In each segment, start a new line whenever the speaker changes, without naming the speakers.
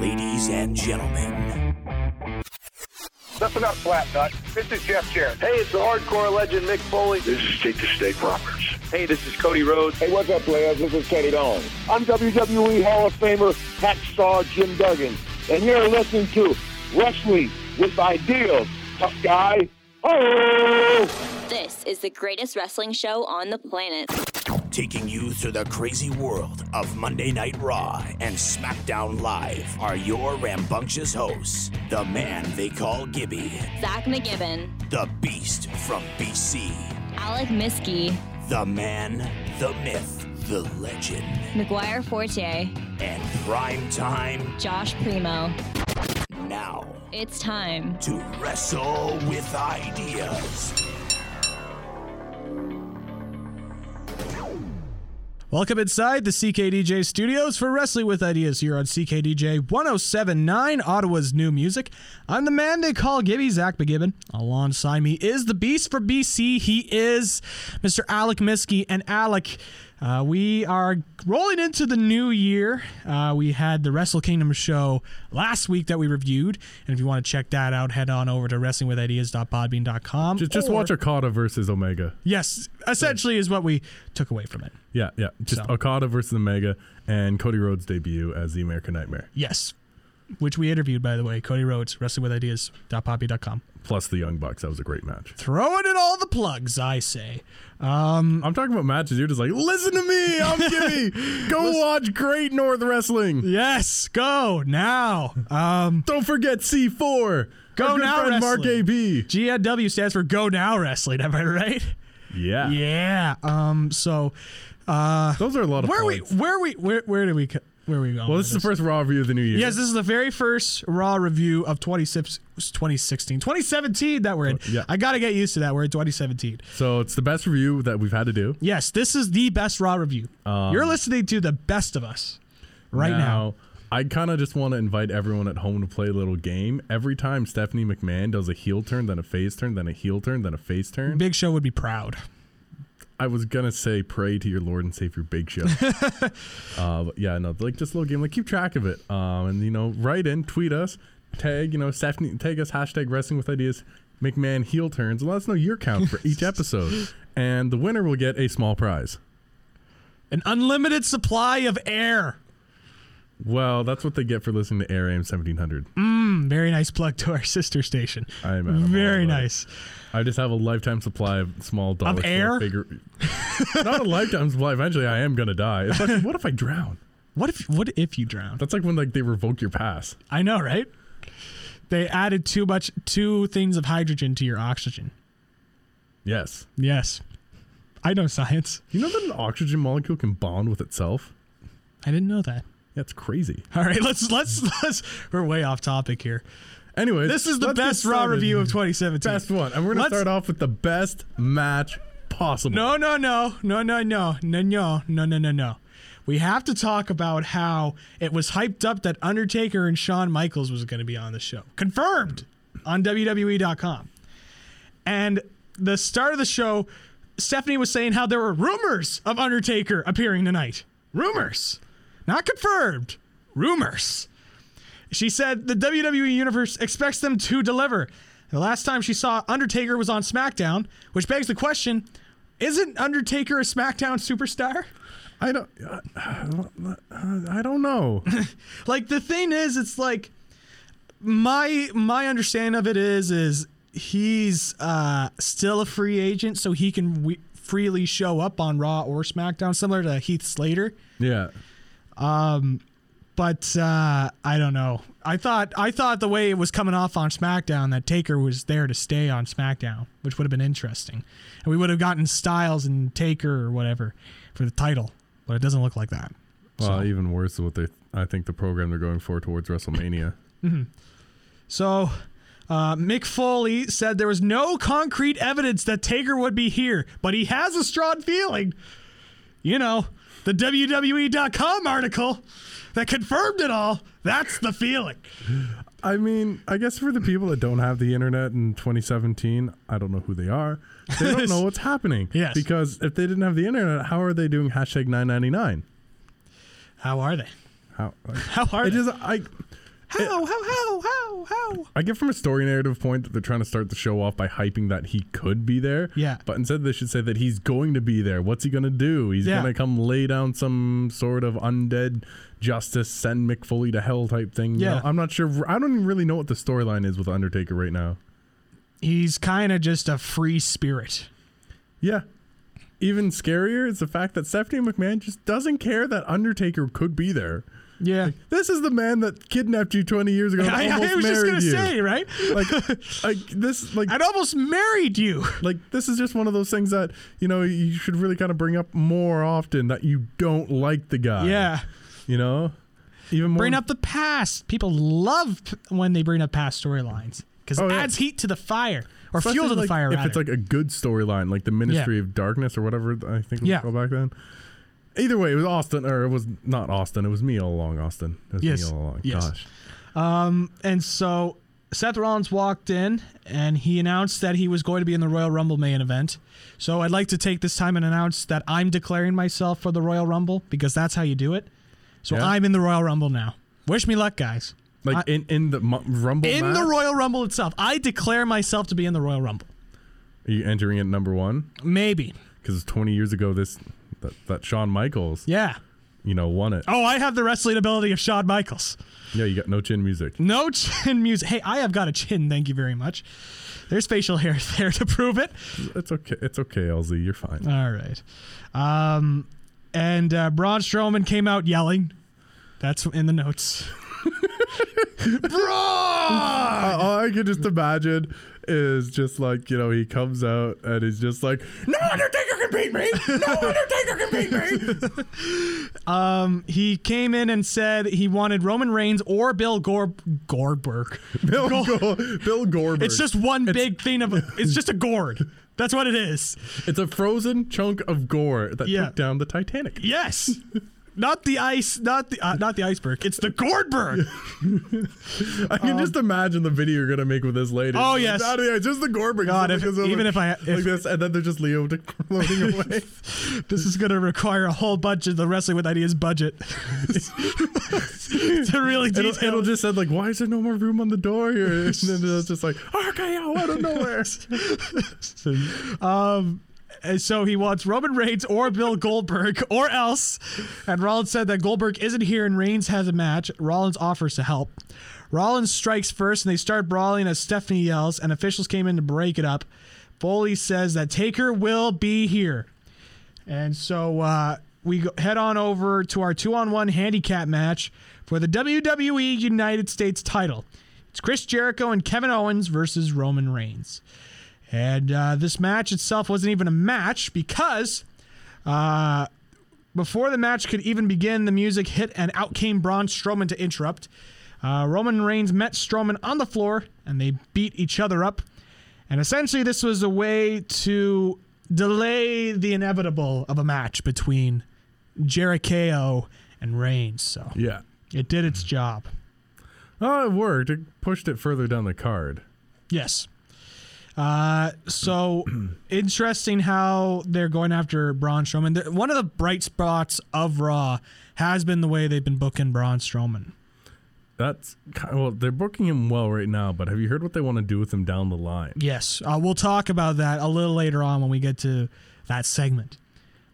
Ladies and gentlemen,
That's enough flat nut. This is Jeff Jarrett.
Hey, it's the hardcore legend Mick Foley.
This is Jake the Snake Roberts.
Hey, this is Cody Rhodes.
Hey, what's up, players? This is Kenny Dong.
I'm WWE Hall of Famer Hacksaw Jim Duggan, and you're listening to Wrestling with Ideals. Tough guy. Oh!
This is the greatest wrestling show on the planet.
taking you through the crazy world of Monday Night Raw and SmackDown Live are your rambunctious hosts, the man they call Gibby,
Zach McGibbon,
the beast from BC,
Alec Miskey,
the man, the myth, the legend,
McGuire Fortier,
and prime time
Josh Primo.
now
It's time.
to wrestle with ideas.
Welcome inside the CKDJ studios for Wrestling with Ideas here on CKDJ 1079, Ottawa's new music. I'm the man they call Gibby, Zach McGibbon. Alongside me is the beast from BC. He is Mr. Alec Miskey. And Alec, uh, we are rolling into the new year. Uh, we had the Wrestle Kingdom show last week that we reviewed. And if you want to check that out, head on over to wrestlingwithideas.podbean.com.
Just, just
or-
watch Okada versus Omega.
Yes, essentially is what we took away from it.
Yeah, yeah. Just
So.
Okada versus Omega and Cody Rhodes' debut as the American Nightmare,
Yes. Which we interviewed, by the way, Cody Rhodes, wrestlingwithideas.poppy.com.
plus the Young Bucks. That was a great match.
Throwing in all the plugs, I say. Mm.
I'm talking about matches. You're just like, listen to me. I'm Jimmy. Go watch Great North Wrestling.
Yes, go now. Um,
Don't forget C4.
Go
Our good
now,
friend Mark
wrestling.
AB.
GNW stands for Go Now Wrestling, am I right?
Yeah.
Yeah. Um, so uh,
Those are a lot of
where are we
points.
where are we where where do we co- where are we going?
Well,
with
this is the first Raw review of the new year.
Yes, this is the very first Raw review of 26 2016. 2017 that we're in.
Oh, Yeah.
I got to get used to that. We're in 2017.
So it's the best review that we've had to do.
Yes, this is the best Raw review.
Um,
You're listening to the best of us right now.
I kind of just want to invite everyone at home to play a little game. Every time Stephanie McMahon does a heel turn, then a face turn, then a heel turn, then a face turn,
Big Show would be proud.
I was gonna say pray to your Lord and Savior Big Show. uh, but yeah, no, like just a little game. Like keep track of it. Um, and you know, write in, tweet us, tag you know Stephanie, tag us hashtag Wrestling with Ideas McMahon heel turns, and let us know your count for each episode. And the winner will get a small prize.
An unlimited supply of air.
Well, that's what they get for listening to Air AM 1700.
Mm, Very nice plug to our sister station.
I am animal,
Very
but-
nice.
I just have a lifetime supply of small dollar store
air?
figure- Not a lifetime supply. Eventually, I am gonna die. It's like, what if I drown?
What if what if you drown?
That's like when like they revoke your pass.
I know, right? They added too much two things of hydrogen to your oxygen.
Yes.
Yes. I know science.
You know that an oxygen molecule can bond with itself?
I didn't know that.
That's crazy.
All right, let's let's let's we're way off topic here.
Anyway,
This is the
let's get
best Raw
started.
review of 2017.
Best one, and we're gonna
Let's-
start off with the best match possible.
No, no, no, no, no, no, no, no, no, no, no, no. We have to talk about how it was hyped up that Undertaker and Shawn Michaels was going to be on the show. Confirmed on WWE.com. And the start of the show, Stephanie was saying how there were rumors of Undertaker appearing tonight. Rumors. Not confirmed. Rumors. She said the WWE Universe expects them to deliver. The last time she saw Undertaker was on SmackDown, which begs the question isn't Undertaker a SmackDown superstar?
I don't. uh, uh, I don't know.
Like the thing is, it's like my my understanding of it is is he's uh, still a free agent, so he can w- freely show up on Raw or SmackDown, similar to Heath Slater.
yeah.
But uh, I don't know. I thought I thought the way it was coming off on SmackDown that Taker was there to stay on SmackDown, which would have been interesting, and we would have gotten Styles and Taker or whatever for the title. But it doesn't look like that.
Well, even worse is what they. I think the program they're going for towards WrestleMania.
So, uh, Mick Foley said there was no concrete evidence that Taker would be here, but he has a strong feeling. You know, the WWE.com article that confirmed it all. That's the feeling.
I mean, I guess for the people that don't have the internet in 2017, I don't know who they are. They don't know what's happening.
Yes.
Because if they didn't have the internet, how are they doing hashtag 999?
How are they?
How?
How are they?
I just I
How, how, how, how, how?
I get from a story narrative point that they're trying to start the show off by hyping that he could be there.
Yeah.
But instead, they should say that he's going to be there. What's he going to do? He's
Yeah.
going to come lay down some sort of undead justice, send McFoley to hell type thing. You
Yeah.
know, I'm not sure. I don't even really know what the storyline is with Undertaker right now.
He's kind of just a free spirit.
Yeah. Even scarier is the fact that Stephanie McMahon just doesn't care that Undertaker could be there.
Yeah.
This is the man that kidnapped you 20 years ago. and
I, I
almost
was just
married
going to
you.
say, right?
like, like this, like
I'd almost married you.
like this is just one of those things that you know you should really kind of bring up more often that you don't like the guy.
Yeah.
you know, even more.
Bring up the past. People love p- when they bring up past storylines because
Oh,
it
yeah.
adds heat to the fire or
especially,
fuel to the
like,
fire.
If
rather.
it's like a good storyline, like the Ministry of Darkness or whatever, I think it was
Yeah.
called back then. Either way, it was Austin, or it was not Austin. It was me all along, Austin. It was
Yes.
me all along.
Yes.
Gosh.
And so Seth Rollins walked in and he announced that he was going to be in the Royal Rumble main event. So I'd like to take this time and announce that I'm declaring myself for the Royal Rumble because that's how you do it. So
Yeah.
I'm in the Royal Rumble now. Wish me luck, guys.
Like
I-
in in the mu- Rumble.
In
match,
the Royal Rumble itself, I declare myself to be in the Royal Rumble.
Are you entering at number one?
Maybe.
Because 20 years ago, this that, that Shawn Michaels,
Yeah.
you know, won it.
Oh, I have the wrestling ability of Shawn Michaels.
Yeah, you got no chin music.
No chin music. Hey, I have got a chin. Thank you very much. There's facial hair there to prove it.
It's okay. It's okay, LZ. You're fine.
All right. Um, and uh, Braun Strowman came out yelling. That's in the notes.
Bruh! All I can just imagine is just like, you know, he comes out and he's just like, No Undertaker can beat me! No Undertaker can beat me!
Um, He came in and said he wanted Roman Reigns or Bill Gor- Goldberg.
Bill, Go- Bill Goldberg.
It's just one big thing of. It's just a gourd. That's what it is.
It's a frozen chunk of gore that
Yeah.
took down the Titanic.
Yes. Not the ice, not the uh, not the iceberg. It's the Goldberg.
I can just imagine the video you're gonna make with this lady.
Um, Oh,
Like,
yes.
"Nah, yeah, it's just the Goldberg.
God,
It's
if-
like this,
even
like-
if I-
like
if-
this, and then they're just Leo just floating away.
This is gonna require a whole bunch of the wrestling with ideas budget to really detail.
It'll, it'll just said like, why is there no more room on the door here? And then it's just like RKO out of nowhere.
And so he wants Roman Reigns or Bill Goldberg or else. And Rollins said that Goldberg isn't here and Reigns has a match. Rollins offers to help. Rollins strikes first and they start brawling as Stephanie yells and officials came in to break it up. Foley says that Taker will be here. And so uh, we go- head on over to our two on one handicap match for the WWE United States title. It's Chris Jericho and Kevin Owens versus Roman Reigns. And uh, this match itself wasn't even a match because uh, before the match could even begin, the music hit and out came Braun Strowman to interrupt. Uh, Roman Reigns met Strowman on the floor and they beat each other up. And essentially, this was a way to delay the inevitable of a match between Jericho and Reigns. So
Yeah.
it did its job.
Oh, it worked. It pushed it further down the card.
Yes. Uh, so interesting how they're going after Braun Strowman. The- One of the bright spots of Raw has been the way they've been booking Braun Strowman.
That's ki- well, they're booking him well right now, but have you heard what they want to do with him down the line?
Yes, uh, we'll talk about that a little later on when we get to that segment.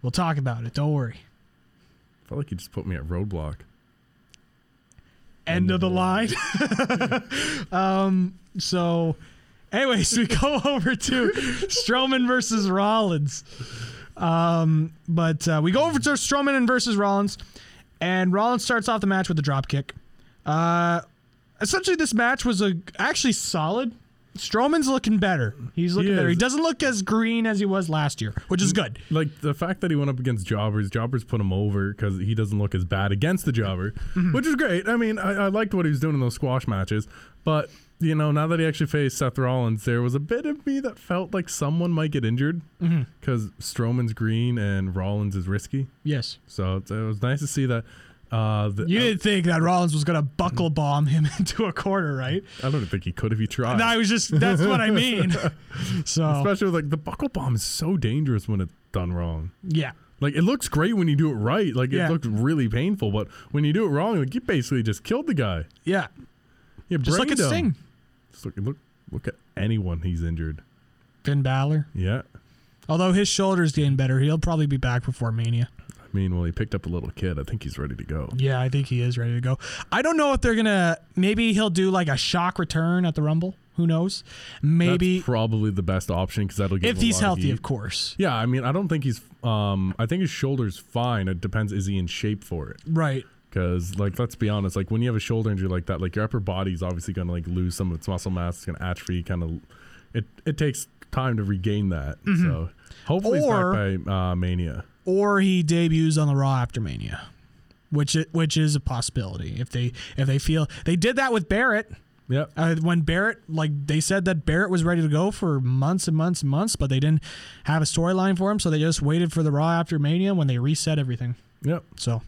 We'll talk about it. Don't worry.
I felt like you just put me at roadblock.
End of the line. um. So, anyways, we go over to Strowman versus Rollins. But uh, we go over to Strowman and versus Rollins, and Rollins starts off the match with a drop kick. Uh, essentially, this match was a actually solid. Strowman's looking better. He's looking
He
better. He Mm.
is.
doesn't look as green as he was last year, which is good.
Like the fact that he went up against Jobbers, Jobbers put him over because he doesn't look as bad against the Jobber,
Mm-hmm.
which is great. I mean, I, I liked what he was doing in those squash matches, but you know, now that he actually faced Seth Rollins, there was a bit of me that felt like someone might get injured
Mm-hmm.
because Strowman's green and Rollins is risky.
Yes.
So it's- it was nice to see that. Uh, the,
You didn't think that Rollins was gonna buckle bomb him into a corner, right?
I don't think he could if he tried.
And I was just that's what I mean. So
Especially like the buckle bomb is so dangerous when it's done wrong.
yeah.
Like it looks great when you do it right. Like
Yeah.
it looks really painful, but when you do it wrong, like you basically just killed the guy.
Yeah.
Yeah,
Just look
brain
at
dump.
Sting.
Just look, look, look at anyone he's injured.
Finn Balor.
Yeah.
Although his shoulder's getting better, he'll probably be back before Mania.
I mean, well, he picked up a little kid. I think he's ready to go.
Yeah, I think he is ready to go. I don't know if they're gonna. Maybe he'll do like a shock return at the Rumble. Who knows? Maybe
That's probably the best option because that'll give
if
him a
he's
lot of
healthy,
heat.
of course.
Yeah, I mean, I don't think he's. Um, I think his shoulder's fine. It depends. Is he in shape for it?
Right.
Because, like, let's be honest. Like, when you have a shoulder injury like that, like your upper body's obviously going to like lose some of its muscle mass. It's going to atrophy. Kind of. It it takes time to regain that. So hopefully
Or-
he's back by uh, Mania.
Or he debuts on the Raw after Mania, which it, which is a possibility if they if they feel they did that with Barrett.
Yep.
Uh, when Barrett, like they said that Barrett was ready to go for months and months and months, but they didn't have a storyline for him, so they just waited for the Raw after Mania when they reset everything.
Yep.
So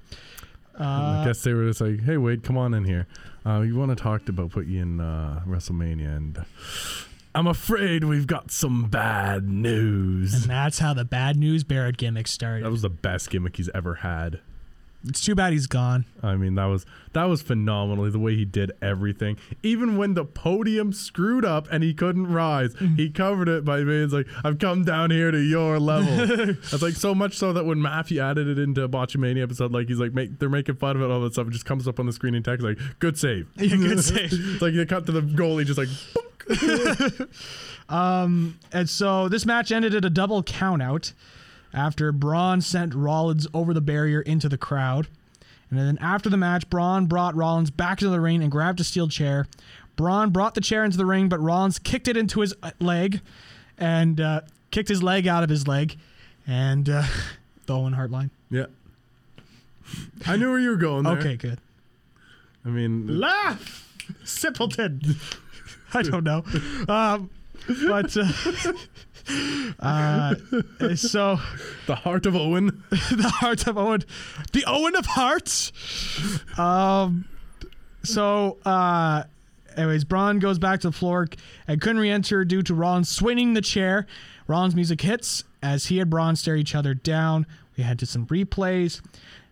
I guess they were just like, "Hey, Wade, come on in here. Uh, we want to talk about put you in uh, WrestleMania, and I'm afraid we've got some bad news."
and that's how the bad news Barrett gimmick started.
That was the best gimmick he's ever had.
It's too bad he's gone.
I mean, that was that was phenomenally the way he did everything. Even when the podium screwed up and he couldn't rise,
Mm-hmm.
he covered it by being like, "I've come down here to your level." That's like so much so that when Matthew added it into Botchamania episode, like he's like, make, "They're making fun of it, all that stuff." It just comes up on the screen in text, like, "Good save."
Yeah, good save.
It's like they cut to the goalie, just like,
And so this match ended at a double countout after Braun sent Rollins over the barrier into the crowd. And then after the match, Braun brought Rollins back into the ring and grabbed a steel chair. Braun brought the chair into the ring, but Rollins kicked it into his uh, leg and uh, kicked his leg out of his leg. And uh, the Owen Hart line.
"Yeah." I knew where you were going. There.
Okay, good.
I mean,
Laugh, simpleton. I don't know, um, but uh, uh, so
the heart of Owen.
the heart of Owen, the Owen of hearts. Um, so uh, anyways, Braun goes back to the floor and couldn't re-enter due to Rollins swinging the chair. Rollins' music hits as he and Braun stare each other down. We had to some replays.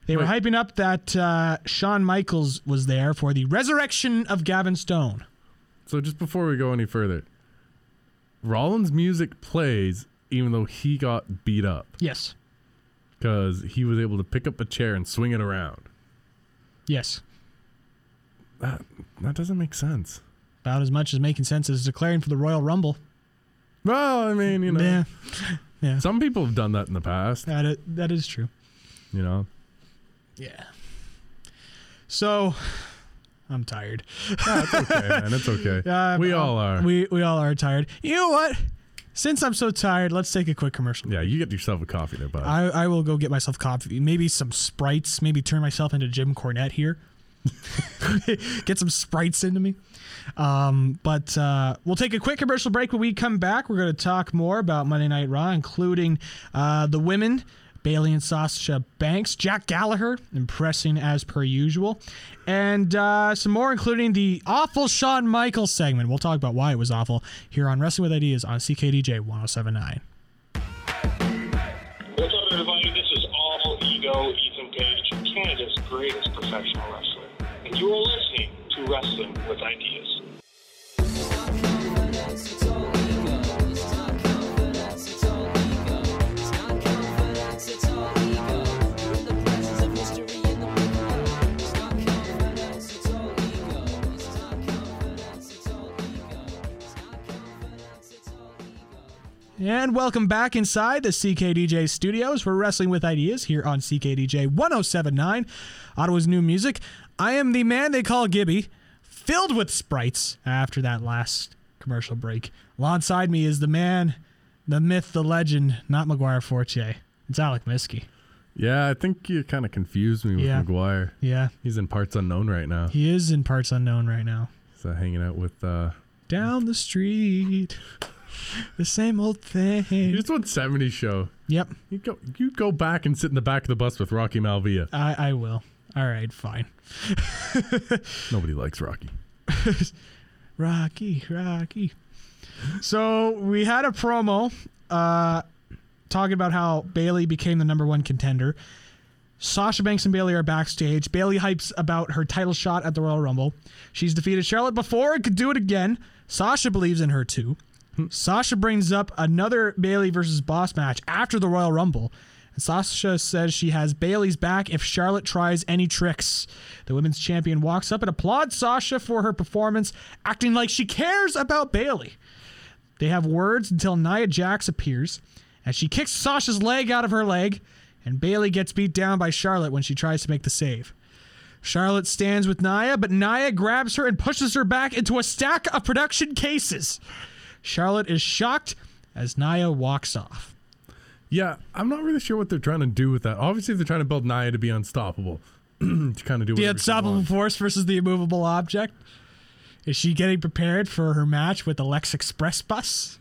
They were
Wait.
hyping up that uh, Shawn Michaels was there for the resurrection of Gavin Stone.
So just before we go any further, Rollins' music plays even though he got beat up
Yes.
because he was able to pick up a chair and swing it around.
Yes.
That that doesn't make sense.
About as much as making sense as declaring for the Royal Rumble.
Well, I mean, you know,
Yeah,
some people have done that in the past.
that is, that is true.
You know,
Yeah. So, I'm tired.
okay, man, it's okay.
I'm-
we all are.
We we all are tired. You know what? Since I'm so tired, let's take a quick commercial.
yeah, you get yourself a coffee there, bud.
I, I will go get myself coffee, maybe some sprites, maybe turn myself into Jim Cornette here. get some sprites into me. Um, but uh, we'll take a quick commercial break. When we come back, we're going to talk more about Monday Night Raw, including uh, the women. Bailey and Sasha Banks, Jack Gallagher, impressing as per usual, and uh, some more, including the awful Shawn Michaels segment. We'll talk about why it was awful here on Wrestling with Ideas on CKDJ 1079.
What's up, everybody? This is Awful Ego Ethan Page, Canada's greatest professional wrestler. And you are listening to Wrestling with Ideas.
And welcome back inside the CKDJ studios. We're wrestling with ideas here on CKDJ 1079, Ottawa's new music. I am the man they call Gibby, filled with sprites after that last commercial break. Alongside me is the man, the myth, the legend, not McGuire Forte. It's Alec Miskey.
yeah, I think you kind of confused me with
Yeah.
McGuire.
Yeah,
He's in parts unknown right now.
he is in parts unknown right now.
So hanging out with. uh
Down the street, the same old
He
thing.
just won 70 show.
Yep,
You go, you go back and sit in the back of the bus with Rocky Malvia.
I, I will. All right, fine.
Nobody likes Rocky.
Rocky, Rocky. So we had a promo uh, talking about how Bailey became the number one contender. Sasha Banks and Bailey are backstage. Bailey hypes about her title shot at the Royal Rumble. She's defeated Charlotte before and could do it again. Sasha believes in her too. Sasha brings up another Bailey versus Boss match after the Royal Rumble. And Sasha says she has Bailey's back if Charlotte tries any tricks. The women's champion walks up and applauds Sasha for her performance, acting like she cares about Bailey. They have words until Nia Jax appears, and she kicks Sasha's leg out of her leg, and Bailey gets beat down by Charlotte when she tries to make the save. Charlotte stands with Nia, but Nia grabs her and pushes her back into a stack of production cases. Charlotte is shocked as Nia walks off.
Yeah, I'm not really sure what they're trying to do with that. Obviously, they're trying to build Nia to be unstoppable. to kind of do
The
whatever she
unstoppable
wants.
force versus the immovable object. Is she getting prepared for her match with the Lex Express bus?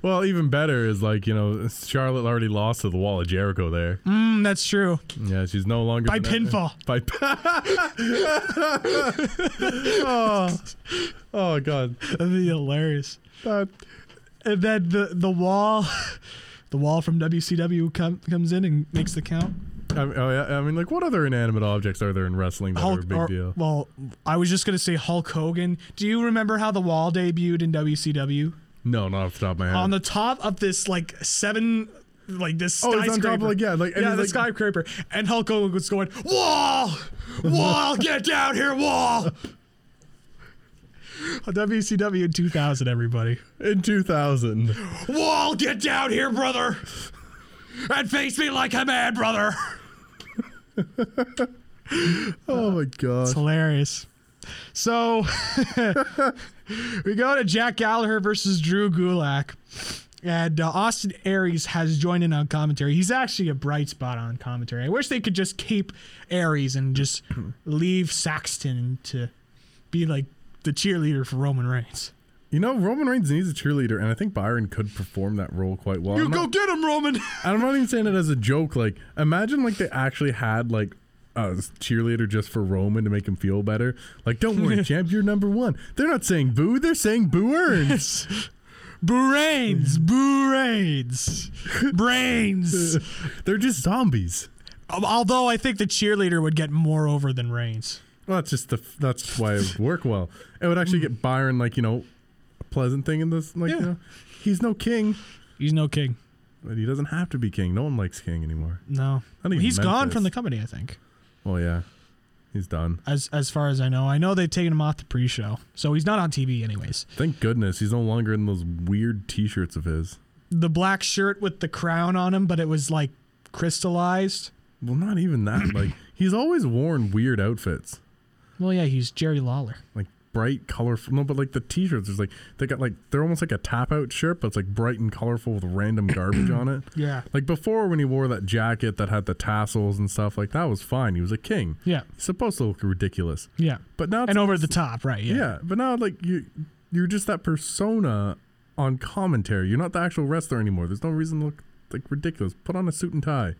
Well, even better is like you know Charlotte already lost to the Wall of Jericho there.
Mm, that's true.
Yeah, she's no longer
By
the-
pinfall.
By oh, oh god,
That'd be hilarious.
that,
And then the the wall, the wall from WCW com- comes in and makes the count.
I, mean, oh, yeah, I mean, like, what other inanimate objects are there in wrestling that are a big
or-
deal?
Well, I was just gonna say Hulk Hogan. Do you remember how the wall debuted in WCW?
No, not off the top of my head.
On the top of this like seven, like this
Oh,
skyscraper.
it's on top of, like, yeah, like- and
yeah,
he's
the
like-
skyscraper. And Hulk Hogan was going wall, wall, get down here, wall. WCW in 2000, everybody.
in 2000.
Wall, get down here, brother, and face me like a man, brother.
Oh my
It's
god.
hilarious. So we go to Jack Gallagher versus Drew Gulak. And uh, Austin Aries has joined in on commentary. He's actually a bright spot on commentary. I wish they could just keep Aries and just leave Saxton to be like the cheerleader for Roman Reigns.
You know, Roman Reigns needs a cheerleader, and I think Byron could perform that role quite well.
You
I'm
go
not,
get him, Roman.
I'm not even saying it as a joke. Like, imagine like they actually had like a cheerleader just for Roman to make him feel better. Like, don't worry, champ, you're number one. They're not saying boo, they're saying boo earns.
Boo Reigns, Boo Reigns, brains.
they're just zombies.
Um, Although I think the cheerleader would get more over than Reigns.
Well, that's just the f- that's why it would work well. It would actually get Byron like you know a pleasant thing in this. Like, you
Yeah.
know, he's no king,
He's no king.
but he doesn't have to be king. No one likes king anymore.
No,
Not even
he's gone
Memphis.
from the company. I think,
Oh yeah, he's done.
as as far as I know, I know they've taken him off the pre-show, so he's not on TV anyways.
Thank goodness he's no longer in those weird T-shirts of his.
The black shirt with the crown on him, but it was like crystallized.
Well, not even that. like he's always worn weird outfits,
Well, yeah, he's Jerry Lawler.
like bright, colorful. No, but like the T-shirts, there's like they got like they're almost like a tap-out shirt, but it's like bright and colorful with random garbage on it.
Yeah.
Like before, when he wore that jacket that had the tassels and stuff, like that was fine. He was a king.
Yeah.
He's supposed to look ridiculous.
Yeah,
But now, it's,
and over the top, right? Yeah.
yeah. But now, like you, you're just that persona on commentary. You're not the actual wrestler anymore. There's no reason to look like ridiculous. Put on a suit and tie.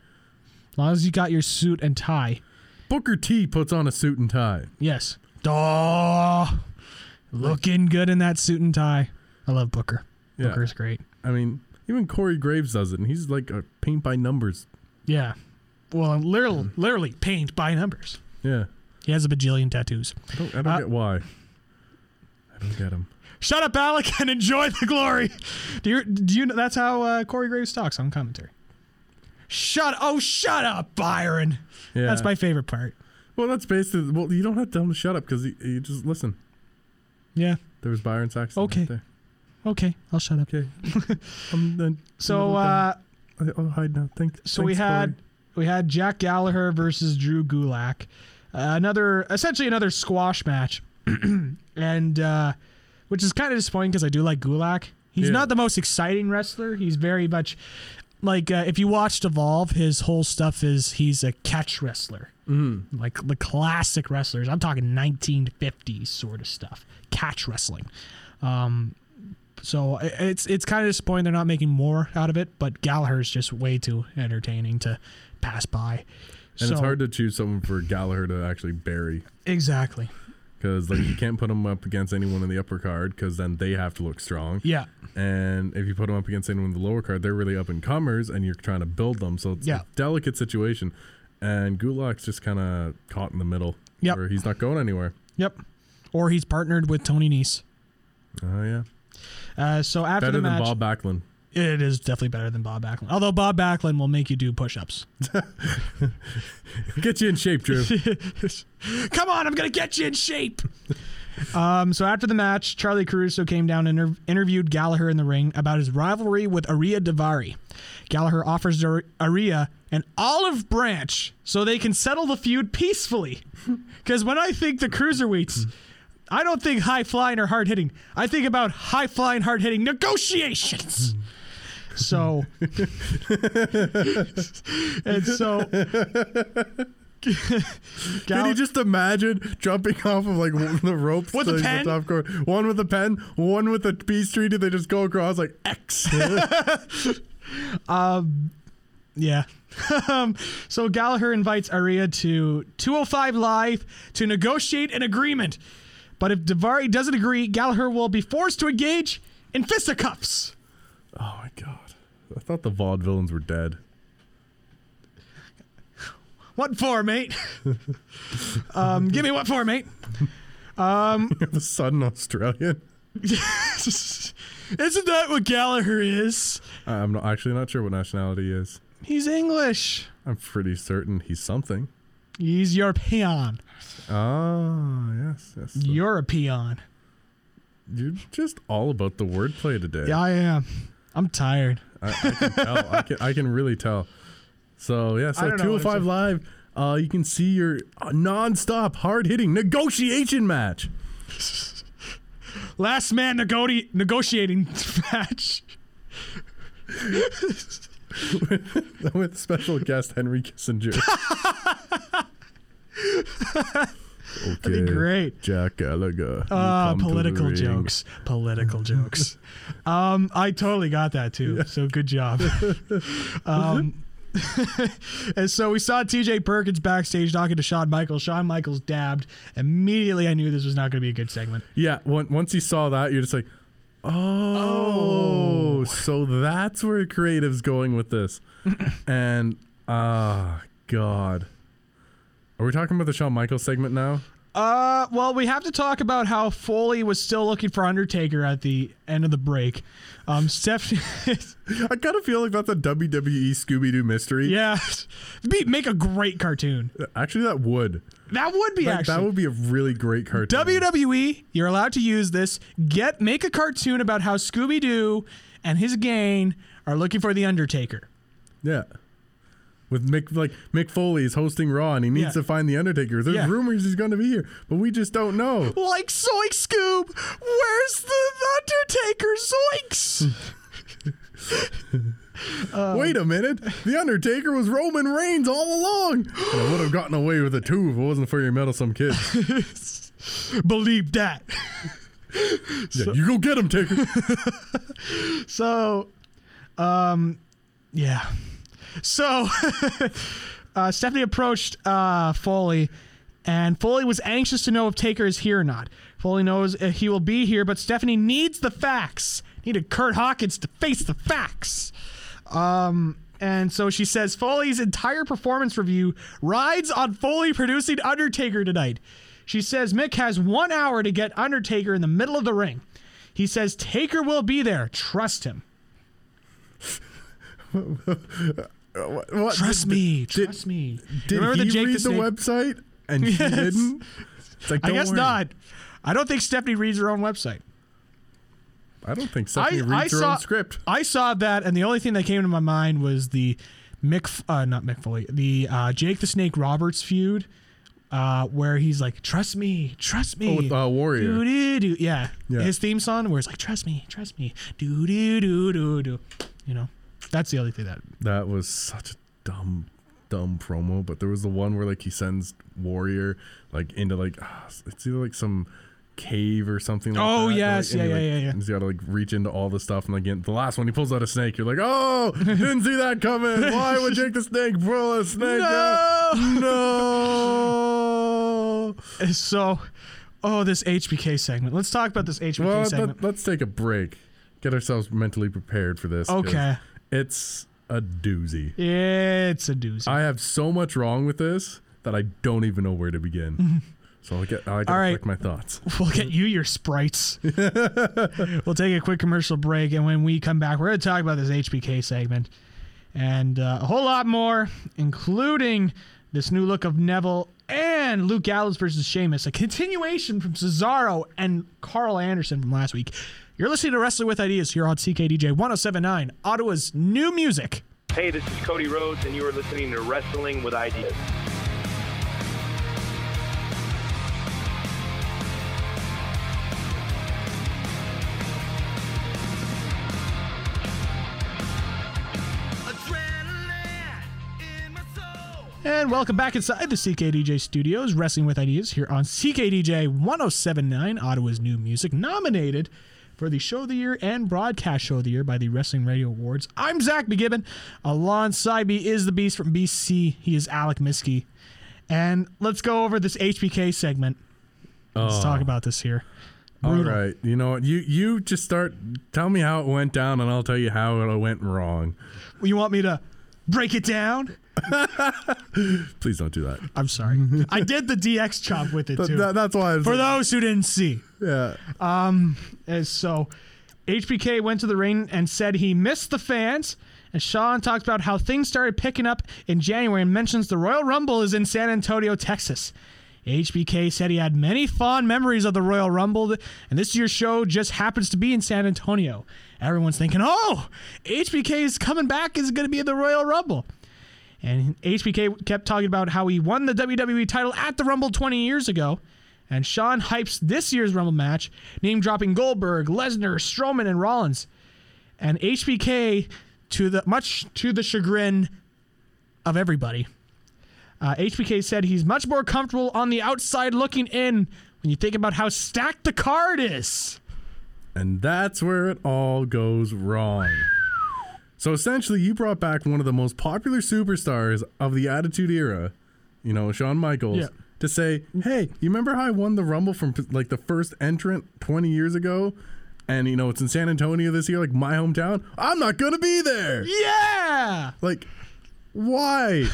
As long as you got your suit and tie.
Booker T puts on a suit and tie.
Yes. Duh. Looking good in that suit and tie. I love Booker.
Yeah.
Booker's great.
I mean, even Corey Graves does it, and he's like a paint by numbers.
Yeah. Well, literally, literally paint by numbers.
Yeah.
He has a bajillion tattoos.
I don't, I don't
Uh,
get why. I don't get him.
Shut up, Alec, and enjoy the glory. Do you? Do you? That's how uh, Corey Graves talks on commentary. Shut! Oh, shut up, Byron.
Yeah.
That's my favorite part.
Well, that's basically. Well, you don't have to tell him to shut up because you just listen.
Yeah.
There was Byron Saxton.
Okay.
Right there.
Okay, I'll shut up.
Okay. I'm then. Oh,
So, uh,
I- I'll hide now. Thank,
so we had we had Jack Gallagher versus Drew Gulak, uh, another essentially another squash match, and uh, which is kind of disappointing because I do like Gulak. He's
Yeah.
not the most exciting wrestler. He's very much like uh, if you watched Evolve, his whole stuff is he's a catch wrestler, mm. like the classic wrestlers. I'm talking 1950s sort of stuff, catch wrestling. So i- it's it's kind of disappointing they're not making more out of it, but Gallagher's just way too entertaining to pass by.
And
so,
it's hard to choose someone for Gallagher to actually bury.
exactly.
because like you can't put them up against anyone in the upper card because then they have to look strong.
Yeah.
And if you put them up against anyone in the lower card, they're really up and comers, and you're trying to build them. So it's
Yeah.
a delicate situation, and Gulak's just kind of caught in the middle.
Yep.
where he's not going anywhere.
Yep. Or he's partnered with Tony Nese.
Oh yeah,
Uh, so after
better
the match,
than Bob Backlund.
it is definitely better than Bob Backlund. Although Bob Backlund will make you do push-ups.
Get you in shape, Drew.
Come on, I'm gonna get you in shape. Um, so after the match, Charlie Caruso came down and inter- interviewed Gallagher in the ring about his rivalry with Aria Davari. Gallagher offers Dar- Aria an olive branch so they can settle the feud peacefully. Because when I think the cruiserweights, I don't think high flying or hard hitting. I think about high flying, hard hitting negotiations. So, and so,
Can
Gal-
you just imagine jumping off of like one of the ropes
With a
to the
pen?
top court? One with a pen, one with a peace treaty. They just go across like X. Oh,
Yeah. um, so Gallagher invites Aria to 205 Live to negotiate an agreement. But if Davari doesn't agree, Gallagher will be forced to engage in fisticuffs.
Oh my god! I thought the Vaude villains were dead.
What for, mate? um, give me what for, mate?
the sudden Australian.
Isn't that what Gallagher is?
I- I'm not, actually not sure what nationality he is.
He's English.
I'm pretty certain he's something.
He's European.
Ah, yes, yes. You're,
European.
just all about the wordplay today.
Yeah, I am. I'm tired.
tell. I can I can really tell. So yeah,
I
so
don't know,
205
it's a-
live. Uh, you can see your uh, non-stop hard-hitting negotiation match.
Last man negoti- negotiating match.
with special guest Henry Kissinger. okay.
be great.
Jack Gallagher. you
Ah,
come to the
political
ring.
jokes. Political jokes. Um, I totally got that too. So good job. um, and so we saw TJ Perkins backstage talking to Shawn Michaels. Shawn Michaels dabbed. Immediately, I knew this was not going to be a good segment.
Yeah, on- once you saw that, you're just like, oh, so that's where creative's going with this. and, ah, God. Are we talking about the Shawn Michaels segment now?
Uh, well, we have to talk about how Foley was still looking for Undertaker at the end of the break. Um, Stephanie,
I kind of feel like that's a WWE Scooby Doo mystery.
yeah, be, make a great cartoon.
Actually, that would.
That would be
Like,
actually
that would be a really great cartoon.
WWE, E, you're allowed to use this. Get make a cartoon about how Scooby Doo and his gang are looking for the Undertaker. E
Yeah. With Mick, like Mick Foley is hosting Raw, and he needs
Yeah.
to find the Undertaker. There's
Yeah.
rumors he's going to be here, but we just don't know.
Like Zoink Scoob, where's the Undertaker Zoinks?
Wait a minute, the Undertaker was Roman Reigns all along. And I would have gotten away with it too if it wasn't for your meddlesome kid.
Believe that.
Yeah, you go get him, Taker.
So, um, yeah. So, uh, Stephanie approached uh, Foley, and Foley was anxious to know if Taker is here or not. Foley knows uh, he will be here, but Stephanie needs the facts. Needed Kurt Hawkins to face the facts. Um, and so she says Foley's entire performance review rides on Foley producing Undertaker tonight. She says Mick has one hour to get Undertaker in the middle of the ring. He says Taker will be there. Trust him.
What- what-
Trust
did-
me.
Did,
Trust me.
did
Remember
he
the Jake
read
the Snake?
website and she
Yes.
didn't? It's like,
I
don't
guess
worry.
not. I don't think Stephanie reads her own website.
I don't think
I,
Stephanie
I
reads her
saw
own script.
I saw that, and the only thing that came to my mind was the Mick, F- uh, not Mick Foley, the uh, Jake the Snake Roberts feud, uh, where he's like, "Trust me, trust me."
Oh, with, uh, Warrior.
Doo, doo, doo. Yeah.
Yeah.
His theme song, where it's like, "Trust me, trust me." Do do do do do. You know, that's the only thing that.
That was such a dumb, dumb promo. But there was the one where like he sends Warrior like into like ah, it's either like some cave or something. Like
Oh,
that,
yes.
and he,
Yeah, yeah,
like,
yeah, yeah.
and He's got to like reach into all the stuff, and like in the last one, he pulls out a snake. You're like, oh, didn't see that coming. Why would Jake the Snake pull a snake? out?"
No.
no.
So, Oh, this HBK segment. Let's talk about this HBK
Well,
segment.
let, us take a break. Get ourselves mentally prepared for this. 'cause
Okay.
It's a doozy.
it's a doozy.
I have so much wrong with this that I don't even know where to begin. so I'll get I gotta
All right.
collect my thoughts.
We'll get you your sprites. we'll take a quick commercial break, and when we come back, we're going to talk about this HBK segment and uh, a whole lot more, including this new look of Neville and Luke Gallows versus Sheamus, a continuation from Cesaro and Carl Anderson from last week. You're listening to Wrestling with Ideas here on CKDJ 1079, Ottawa's new music.
Hey, this is Cody Rhodes, and you are listening to Wrestling with Ideas.
And welcome back inside the CKDJ studios, Wrestling with Ideas here on CKDJ 1079, Ottawa's new music, nominated for the Show of the Year and Broadcast Show of the Year by the Wrestling Radio Awards. I'm Zach McGibbon. Alongside me is the Beast from BC. He is Alec Miskey. And let's go over this HBK segment. Let's
Oh.
talk about this here.
All right. You know what? You you just start tell me how it went down and I'll tell you how it went wrong.
You want me to break it down?
Please don't do that.
I'm sorry. I did the DX chop with it,
Th-
too.
that- that's why I was
for
like,
those who didn't see. Um,
yeah.
And so HBK went to the ring and said he missed the fans. And Sean talks about how things started picking up in January and mentions the Royal Rumble is in San Antonio, Texas. HBK said he had many fond memories of the Royal Rumble, and this year's show just happens to be in San Antonio. Everyone's thinking, oh, HBK is coming back, is going to be at the Royal Rumble. And HBK kept talking about how he won the WWE title at the Rumble 20 years ago. And Sean hypes this year's Rumble match, name dropping Goldberg, Lesnar, Strowman, and Rollins. And HBK, to the much to the chagrin of everybody, uh, HBK said he's much more comfortable on the outside looking in when you think about how stacked the card is.
And that's where it all goes wrong. So essentially, you brought back one of the most popular superstars of the Attitude Era, you know, Shawn Michaels,
Yeah.
to say, hey, you remember how I won the Rumble from like the first entrant 20 years ago? And, you know, it's in San Antonio this year, like my hometown. I'm not going to be there.
Yeah,
Like, why?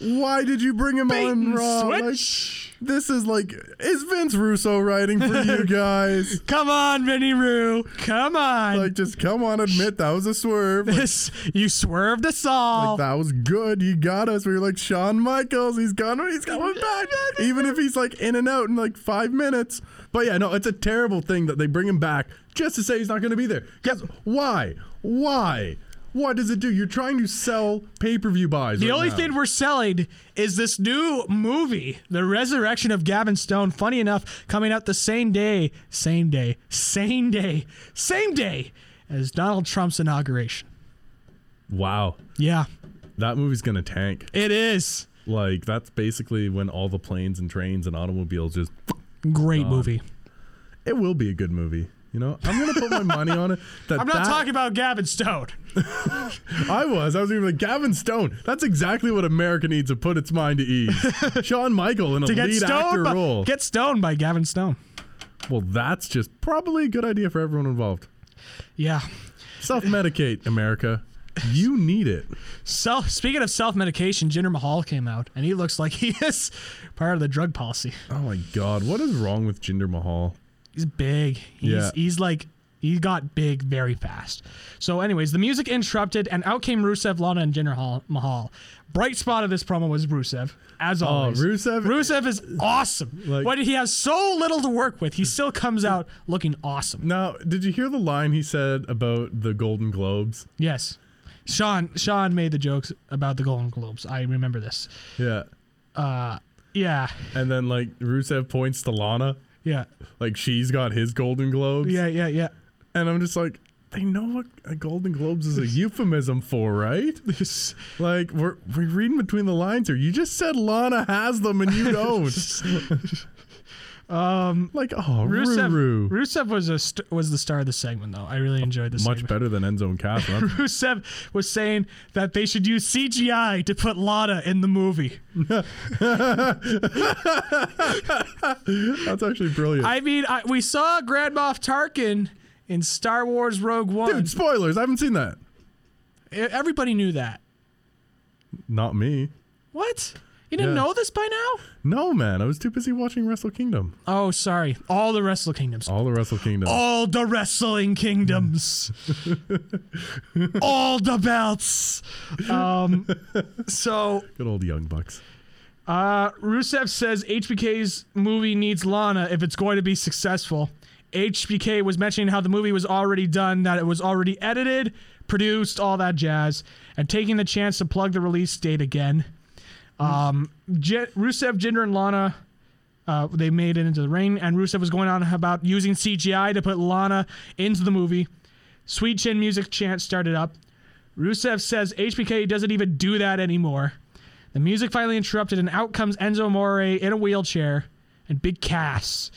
why did you bring him
bait
on
and
Raw? Like,
switch.
this is like, is Vince Russo writing for you guys?
Come on, Vinny Roo. Come on.
like, just come on, admit that was a swerve. Like,
this you swerved us all.
Like, that was good. You got us. We were like Shawn Michaels. He's gone. He's coming back. Even if he's like in and out in like five minutes. But yeah, no, it's a terrible thing that they bring him back just to say he's not going to be there. Guess why? Why? What does it do? You're trying to sell pay per view buys.
the
right
only
now.
thing we're selling is this new movie, The Resurrection of Gavin Stone. Funny enough, coming out the same day, same day, same day, same day as Donald Trump's inauguration.
wow,
Yeah,
that movie's going to tank.
it is.
Like that's basically when all the planes and trains and automobiles just.
Great movie.
It will be a good movie. You know, I'm gonna put my money on it. That
I'm not
that-
talking about Gavin Stone.
I was. I was even like Gavin Stone. That's exactly what America needs to put its mind to ease. Shawn Michael in a
To get
lead actor
stoned, by,
role.
get stoned by Gavin Stone.
well, that's just probably a good idea for everyone involved.
Yeah.
Self-medicate, America. You need it.
Self. Speaking of self medication, Jinder Mahal came out, and he looks like he is part of the drug policy.
Oh my God, what is wrong with Jinder Mahal?
He's big. He's
Yeah.
he's like he got big very fast. So, anyways, the music interrupted, and out came Rusev, Lana, and Jinder Hall- Mahal. Bright spot of this promo was Rusev, as always.
Oh, Rusev-
Rusev is awesome.
Like-
when he has so little to work with, he still comes out looking awesome.
Now, did you hear the line he said about the Golden Globes?
Yes, Sean Sean made the jokes about the Golden Globes. I remember this.
Yeah.
Yeah,
And then like Rusev points to Lana,
yeah,
like she's got his Golden Globes.
yeah, yeah, yeah.
And I'm just like, they know what a Golden Globes is a euphemism for, right? Like we're we're reading between the lines here. You just said Lana has them and you don't. Like, oh,
Rusev,
Ruru.
Rusev was a st- was the star of the segment though. I really enjoyed this.
Much
segment.
better than End Zone Castle. That's-
Rusev was saying that they should use CGI to put Lana in the movie.
That's actually brilliant.
I mean, I, we saw Grand Moff Tarkin in Star Wars Rogue One.
Dude, spoilers. I haven't seen that.
E- Everybody knew that.
Not me.
What? You didn't
Yeah.
know this by now?
No, man. I was too busy watching Wrestle Kingdom.
Oh, sorry. All the Wrestle Kingdoms.
All the Wrestle Kingdom.
All the Wrestling Kingdoms. All the belts. Um, so
Good old Young Bucks.
Uh, Rusev says HBK's movie needs Lana if it's going to be successful. HBK was mentioning how the movie was already done, that it was already edited, produced, all that jazz, and taking the chance to plug the release date again. Um, Je- Rusev, Jinder, and Lana, uh, they made it into the ring, and Rusev was going on about using CGI to put Lana into the movie. Sweet Chin music chant started up. Rusev says HBK doesn't even do that anymore. The music finally interrupted, and out comes Enzo More in a wheelchair and Big Cass.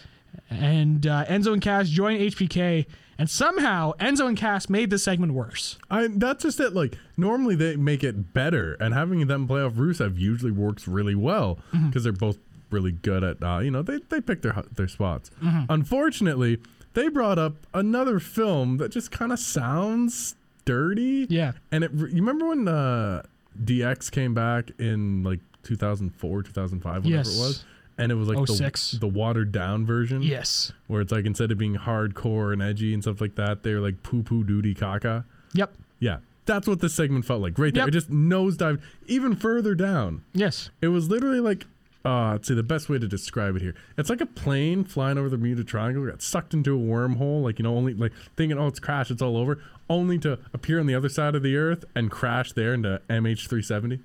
And uh, Enzo and Cass join HPK, and somehow Enzo and Cass made this segment worse.
I that's just it. Like normally they make it better, and having them play off Rusev usually works really well because
Mm-hmm.
they're both really good at uh, you know they they pick their hu- their spots.
Mm-hmm.
Unfortunately, they brought up another film that just kind of sounds dirty.
Yeah.
and it re- you remember when uh, DX came back in like 2004, 2005, whatever
Yes.
it was. And it was like
'06.
the, the watered down version.
Yes.
Where it's like instead of being hardcore and edgy and stuff like that, they're like poo poo duty caca.
Yep.
Yeah. That's what this segment felt like right there.
Yep.
It just nosedived even further down.
Yes.
It was literally like, uh, let's see, the best way to describe it here. It's like a plane flying over the Bermuda Triangle, got sucked into a wormhole, like, you know, only like thinking, oh, it's crashed, it's all over, only to appear on the other side of the earth and crash there into MH370.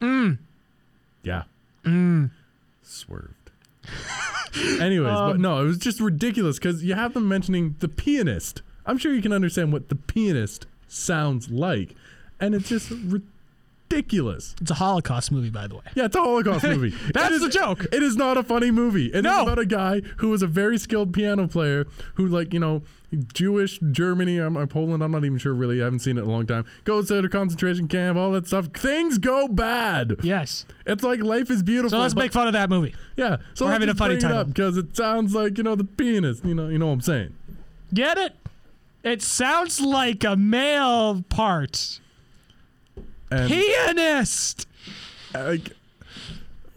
Mm. Yeah. Mm. Swerved. Anyways, but no, it was just ridiculous because you have them mentioning the pianist. I'm sure you can understand what the pianist sounds like. And it's just ridiculous.
It's a Holocaust movie, by the way.
Yeah, it's a Holocaust movie.
That's
It is-
the joke.
It is not a funny movie. It is
No.
about a guy who was a very skilled piano player who, like, you know, Jewish, Germany, I'm, i Poland, I'm not even sure really. I haven't seen it in a long time. Goes to the concentration camp, all that stuff. Things go bad.
Yes.
It's like life is beautiful.
So let's
but-
make fun of that movie.
yeah. So
we're
let's
having a
just
funny
bring it
title.
up because it sounds like you know the pianist. You know, you know what I'm saying.
Get it? It sounds like a male part.
And
Pianist.
like,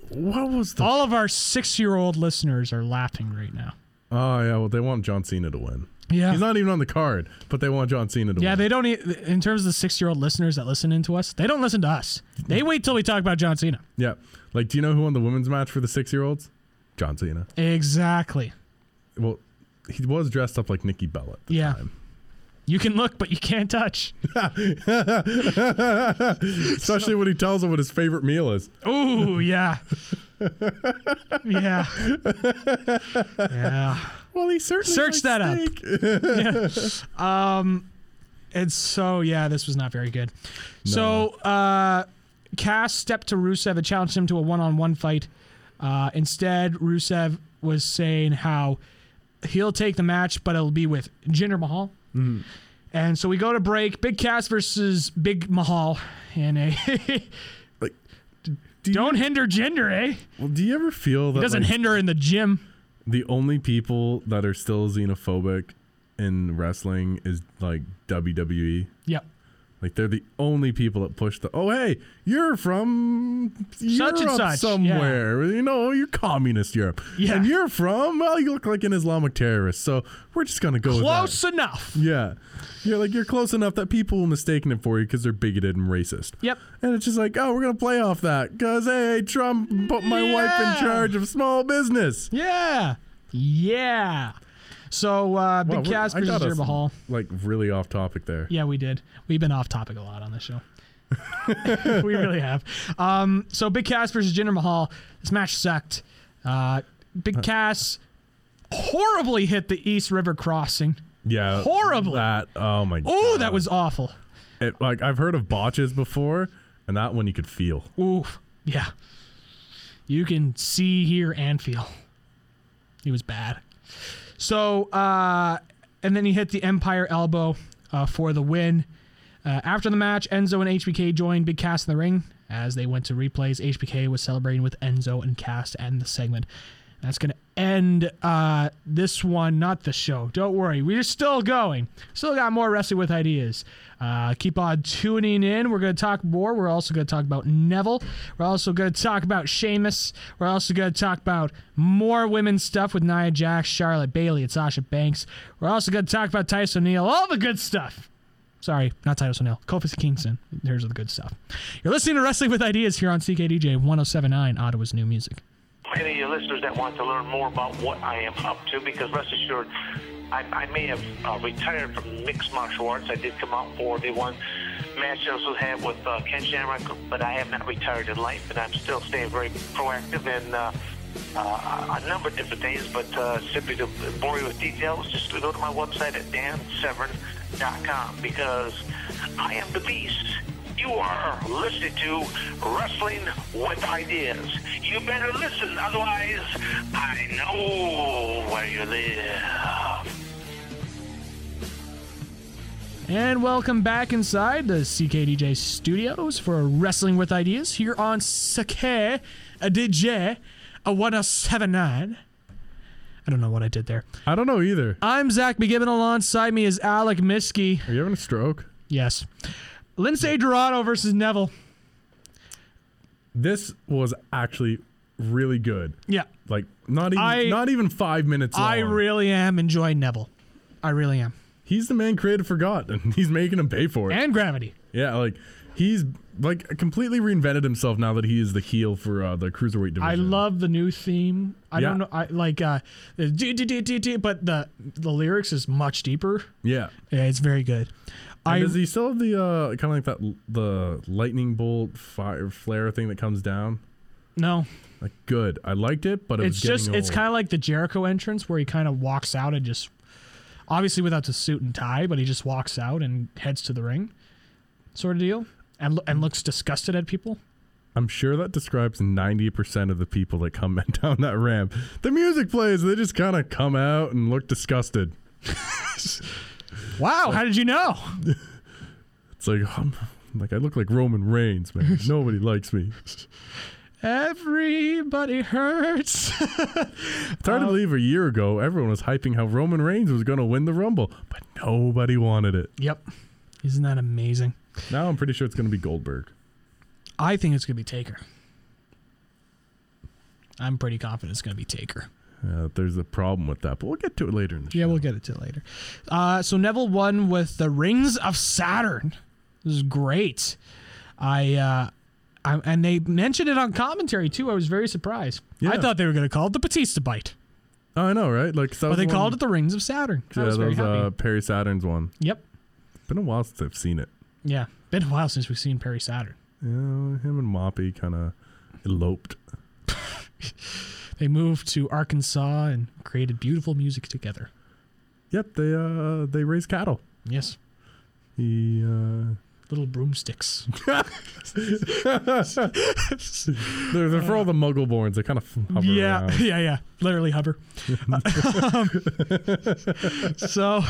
what was the?
All of our six-year-old listeners are laughing right now.
Oh yeah, well they want John Cena to win.
Yeah.
He's not even on the card, but they want John Cena to
Yeah,
win.
they don't. e- In terms of the six-year-old listeners that listen in to us, they don't listen to us. They wait till we talk about John Cena.
Yeah. Like, do you know who won the women's match for the six year olds? John Cena.
Exactly.
Well, he was dressed up like Nikki Bella. at the
Yeah.
time.
You can look, but you can't touch.
Especially when he tells him what his favorite meal is.
Ooh, yeah. yeah. Yeah.
Well, he certainly
Search
likes
that up.
steak.
And so, yeah, this was not very good. So, uh, Cass stepped to Rusev and challenged him to a one on one fight. Uh, instead, Rusev was saying how he'll take the match, but it'll be with Jinder Mahal.
Mm-hmm.
And so we go to break Big Cass versus Big Mahal. And a.
Do you-
Don't hinder Jinder, eh?
Well, do you ever feel that
Doesn't
like,
hinder in the gym.
the only people that are still xenophobic in wrestling is like E? WWE?
Yep.
Like they're the only people that push the oh hey you're from Europe
and such,
somewhere you know you're communist Europe
Yeah.
and you're from well you look like an Islamic terrorist so we're just gonna go
Close enough.
with that. yeah you're like you're close enough that people will mistaken it for you because they're bigoted and racist
Yep.
and it's just like oh we're gonna play off that because hey Trump put my wife
Yeah.
in charge of small business
Yeah. Yeah. So uh, Big
Wow, we-
Cass
I got
versus Jinder
us,
Mahal.
like really off topic there
Yeah, we did. We've been off topic a lot on this show. we really have. Um, so Big Cass versus Jinder Mahal. This match sucked. Uh, Big Cass horribly hit the East River crossing.
yeah
Horrible.
that oh my
Oh, that was awful.
It, like I've heard of botches before, and that one you could feel.
Ooh, yeah. You can see, hear, and feel. He was bad. So, uh, and then he hit the Empire elbow uh, for the win. Uh, after the match, Enzo and HBK joined Big Cass in the ring. As they went to replays, HBK was celebrating with Enzo and Cass to end the segment. That's going to end uh, this one, not the show. Don't worry. We're still going. Still got more Wrestling with Ideas. Uh, keep on tuning in. We're going to talk more. We're also going to talk about Neville. We're also going to talk about Sheamus. We're also going to talk about more women's stuff with Nia Jax, Charlotte Bailey, and Sasha Banks. We're also going to talk about Tyson O'Neill. All the good stuff. Sorry, not Titus O'Neill. Kofi Kingston. Here's the good stuff. You're listening to Wrestling with Ideas here on CKDJ 1079, Ottawa's new music.
any of your listeners that want to learn more about what I am up to, because rest assured, I, I may have uh, retired from mixed martial arts. I did come out for the one match I also had with uh, Ken Shamrock, but I have not retired in life, and I'm still staying very proactive and uh, uh, a number of different things. But uh, simply to bore you with details, just go to my website at dansevern.com because I am the beast. You are listening to Wrestling with Ideas. You better listen, otherwise, I know where you live.
And welcome back inside the CKDJ studios for Wrestling with Ideas here on CK DJ 1079. I don't know what I did there.
I don't know either.
I'm Zach McGibbon. Alongside me is Alec Miskey.
Are you having a stroke?
Yes. Lindsay Dorado versus Neville.
This was actually really good.
Yeah.
Like not even
I-
not even five minutes.
I
long.
really am enjoying Neville. I really am.
he's the man created for God, and he's making him pay for it.
And Gravity.
yeah, like he's like completely reinvented himself now that he is the heel for uh, the cruiserweight division.
I love the new theme. I
Yeah.
don't know. I like uh, the do do do do do, but the the lyrics is much deeper.
yeah.
Yeah, it's very good.
And
I
does he still have the uh, kind of like that l- the lightning bolt fire flare thing that comes down?
no.
Like good, I liked it, but it
It's
was getting
just it's
old.
kind of like the Jericho entrance where he kind of walks out and just obviously without the suit and tie, but he just walks out and heads to the ring, sort of deal, and lo- and looks disgusted at people.
I'm sure that describes 90% of the people that come down that ramp. The music plays, they just kind of come out and look disgusted.
Wow, how did you know?
It's like, I'm, like I look like Roman Reigns, man. Nobody likes me.
Everybody hurts.
It's
Um,
hard to believe a year ago, everyone was hyping how Roman Reigns was going to win the Rumble, but nobody wanted it.
yep, isn't that amazing?
Now I'm pretty sure it's going to be Goldberg.
I think it's gonna be Taker. I'm pretty confident it's gonna be Taker.
Uh, there's a problem with that, but we'll get to it later in the show.
Yeah, we'll get it to later. Uh, so Neville won with the Rings of Saturn. This is great. I, uh, I and they mentioned it on commentary too. I was very surprised. I
Yeah.
thought they were gonna call it the Batista bite,
Oh, I know, right? Like, 'cause that
but
was
they
the
called
one-
it the Rings of Saturn. I
Yeah,
was
that
very
was
happy.
uh, Perry Saturn's one.
yep.
Been a while since I've seen it.
Yeah. Been a while since we've seen Perry Saturn.
Yeah, him and Moppy kind of eloped.
They moved to Arkansas and created beautiful music together.
Yep, they uh they raise cattle.
Yes.
He uh
Little broomsticks.
they're, they're for all the muggle-borns. They kind of hover
yeah,
around.
yeah, yeah. Literally hover. Um, so,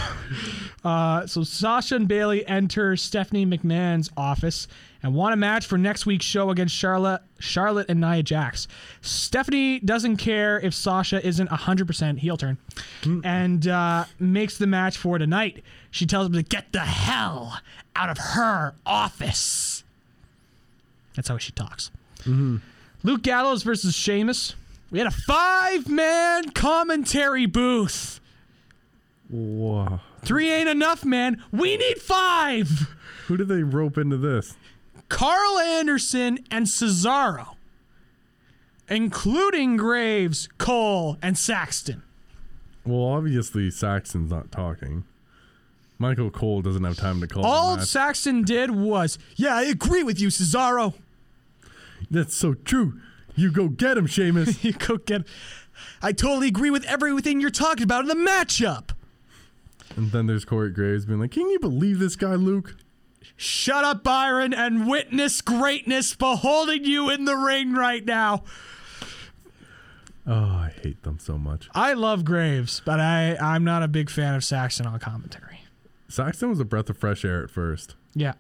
uh, so Sasha and Bailey enter Stephanie McMahon's office and want a match for next week's show against Charlotte, Charlotte and Nia Jax. Stephanie doesn't care if Sasha isn't hundred percent heel turn,
Mm.
and uh, makes the match for tonight. She tells him to get the hell out of her office. That's how she talks. Luke Gallows versus Sheamus. We had a five man commentary booth.
Wow.
Three ain't enough, man. We need five.
Who did they rope into this?
Carl Anderson and Cesaro, including Graves, Cole, and Saxton.
Well, obviously Saxon's not talking. Michael Cole doesn't have time to call. the
All
match.
Saxton did was, yeah, I agree with you, Cesaro.
That's so true. You go get him, Sheamus.
You go get. I totally agree with everything you're talking about in the matchup.
and then there's Corey Graves being like, "Can you believe this guy, Luke?"
Shut up, Byron, and witness greatness beholding you in the ring right now.
Oh, I hate them so much.
I love Graves, but I I'm not a big fan of Saxon on commentary.
Saxton was a breath of fresh air at first.
Yeah.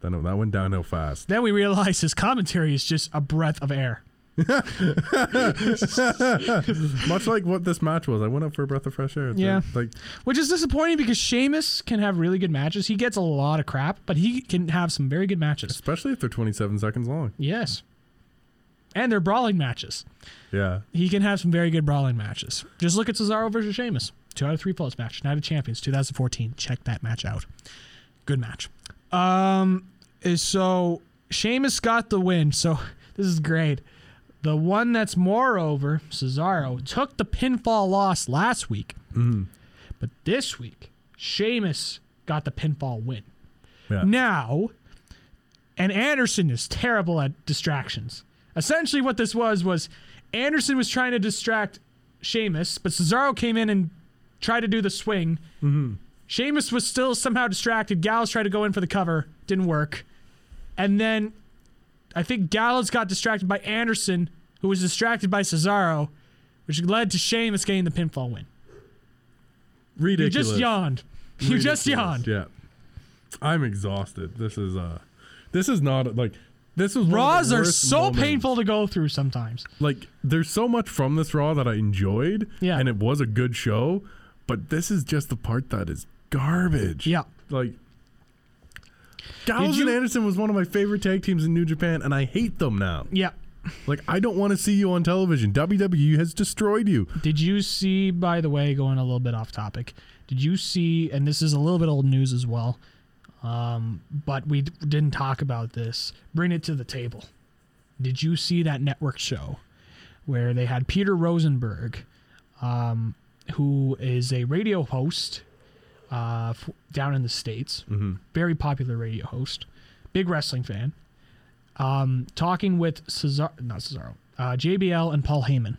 Then that went downhill fast.
Then we realized his commentary is just a breath of air.
Much like what this match was, I went up for a breath of fresh air.
Yeah.
Like,
Which is disappointing because Sheamus can have really good matches. He gets a lot of crap, but he can have some very good matches.
especially if they're 27 seconds long.
Yes. And they're brawling matches.
Yeah.
He can have some very good brawling matches. Just look at Cesaro versus Sheamus. Two out of three falls match. Night of Champions 2014. Check that match out. Good match. Um, is- so Sheamus got the win. So this is great. The one that's moreover, Cesaro, took the pinfall loss last week. But this week, Sheamus got the pinfall win.
Yeah.
Now, and Anderson is terrible at distractions. Essentially, what this was was Anderson was trying to distract Sheamus, but Cesaro came in and tried to do the swing. Mm-hmm. Sheamus was still somehow distracted. Gallows tried to go in for the cover, didn't work. And then I think Gallows got distracted by Anderson, who was distracted by Cesaro, which led to Sheamus getting the pinfall win. You
Ridiculous.
just yawned. You just yawned.
Yeah. I'm exhausted. This is uh this is not like this is one of the
Raws are
worst
so
moments.
painful to go through sometimes.
Like there's so much from this Raw that I enjoyed
Yeah.
and it was a good show, but this is just the part that is garbage.
Yeah.
Like Gallows
you-
and Anderson was one of my favorite tag teams in New Japan and I hate them now.
Yeah.
Like I don't want to see you on television. WWE has destroyed you.
Did you see, by the way, going a little bit off topic, did you see, and this is a little bit old news as well, um, but we d- didn't talk about this. Bring it to the table. Did you see that network show where they had Peter Rosenberg, um, who is a radio host uh, f- down in the States, very popular radio host, big wrestling fan, um, talking with Cesaro, not Cesaro, uh, JBL and Paul Heyman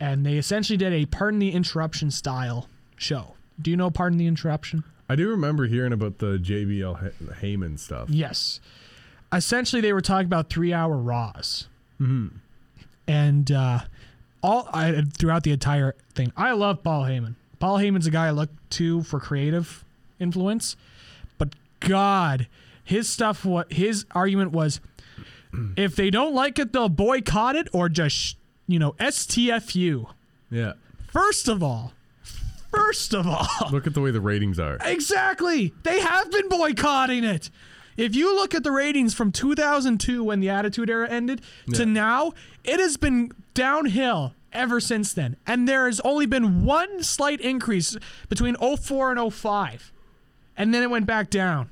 and they essentially did a pardon the interruption style show. Do you know pardon the interruption?
I do remember hearing about the JBL Hey- Heyman stuff.
Yes. Essentially, they were talking about three-hour Raws, mm-hmm. and uh, all I, throughout the entire thing. I love Paul Heyman. Paul Heyman's a guy I look to for creative influence, but God, his stuff. What his argument was, if they don't like it, they'll boycott it or just you know STFU.
Yeah.
First of all, first of all.
Look at the way the ratings are.
Exactly. They have been boycotting it. If you look at the ratings from 2002 when the Attitude Era ended to now, it has been downhill ever since then. And there has only been one slight increase between 04 and 05. And then it went back down.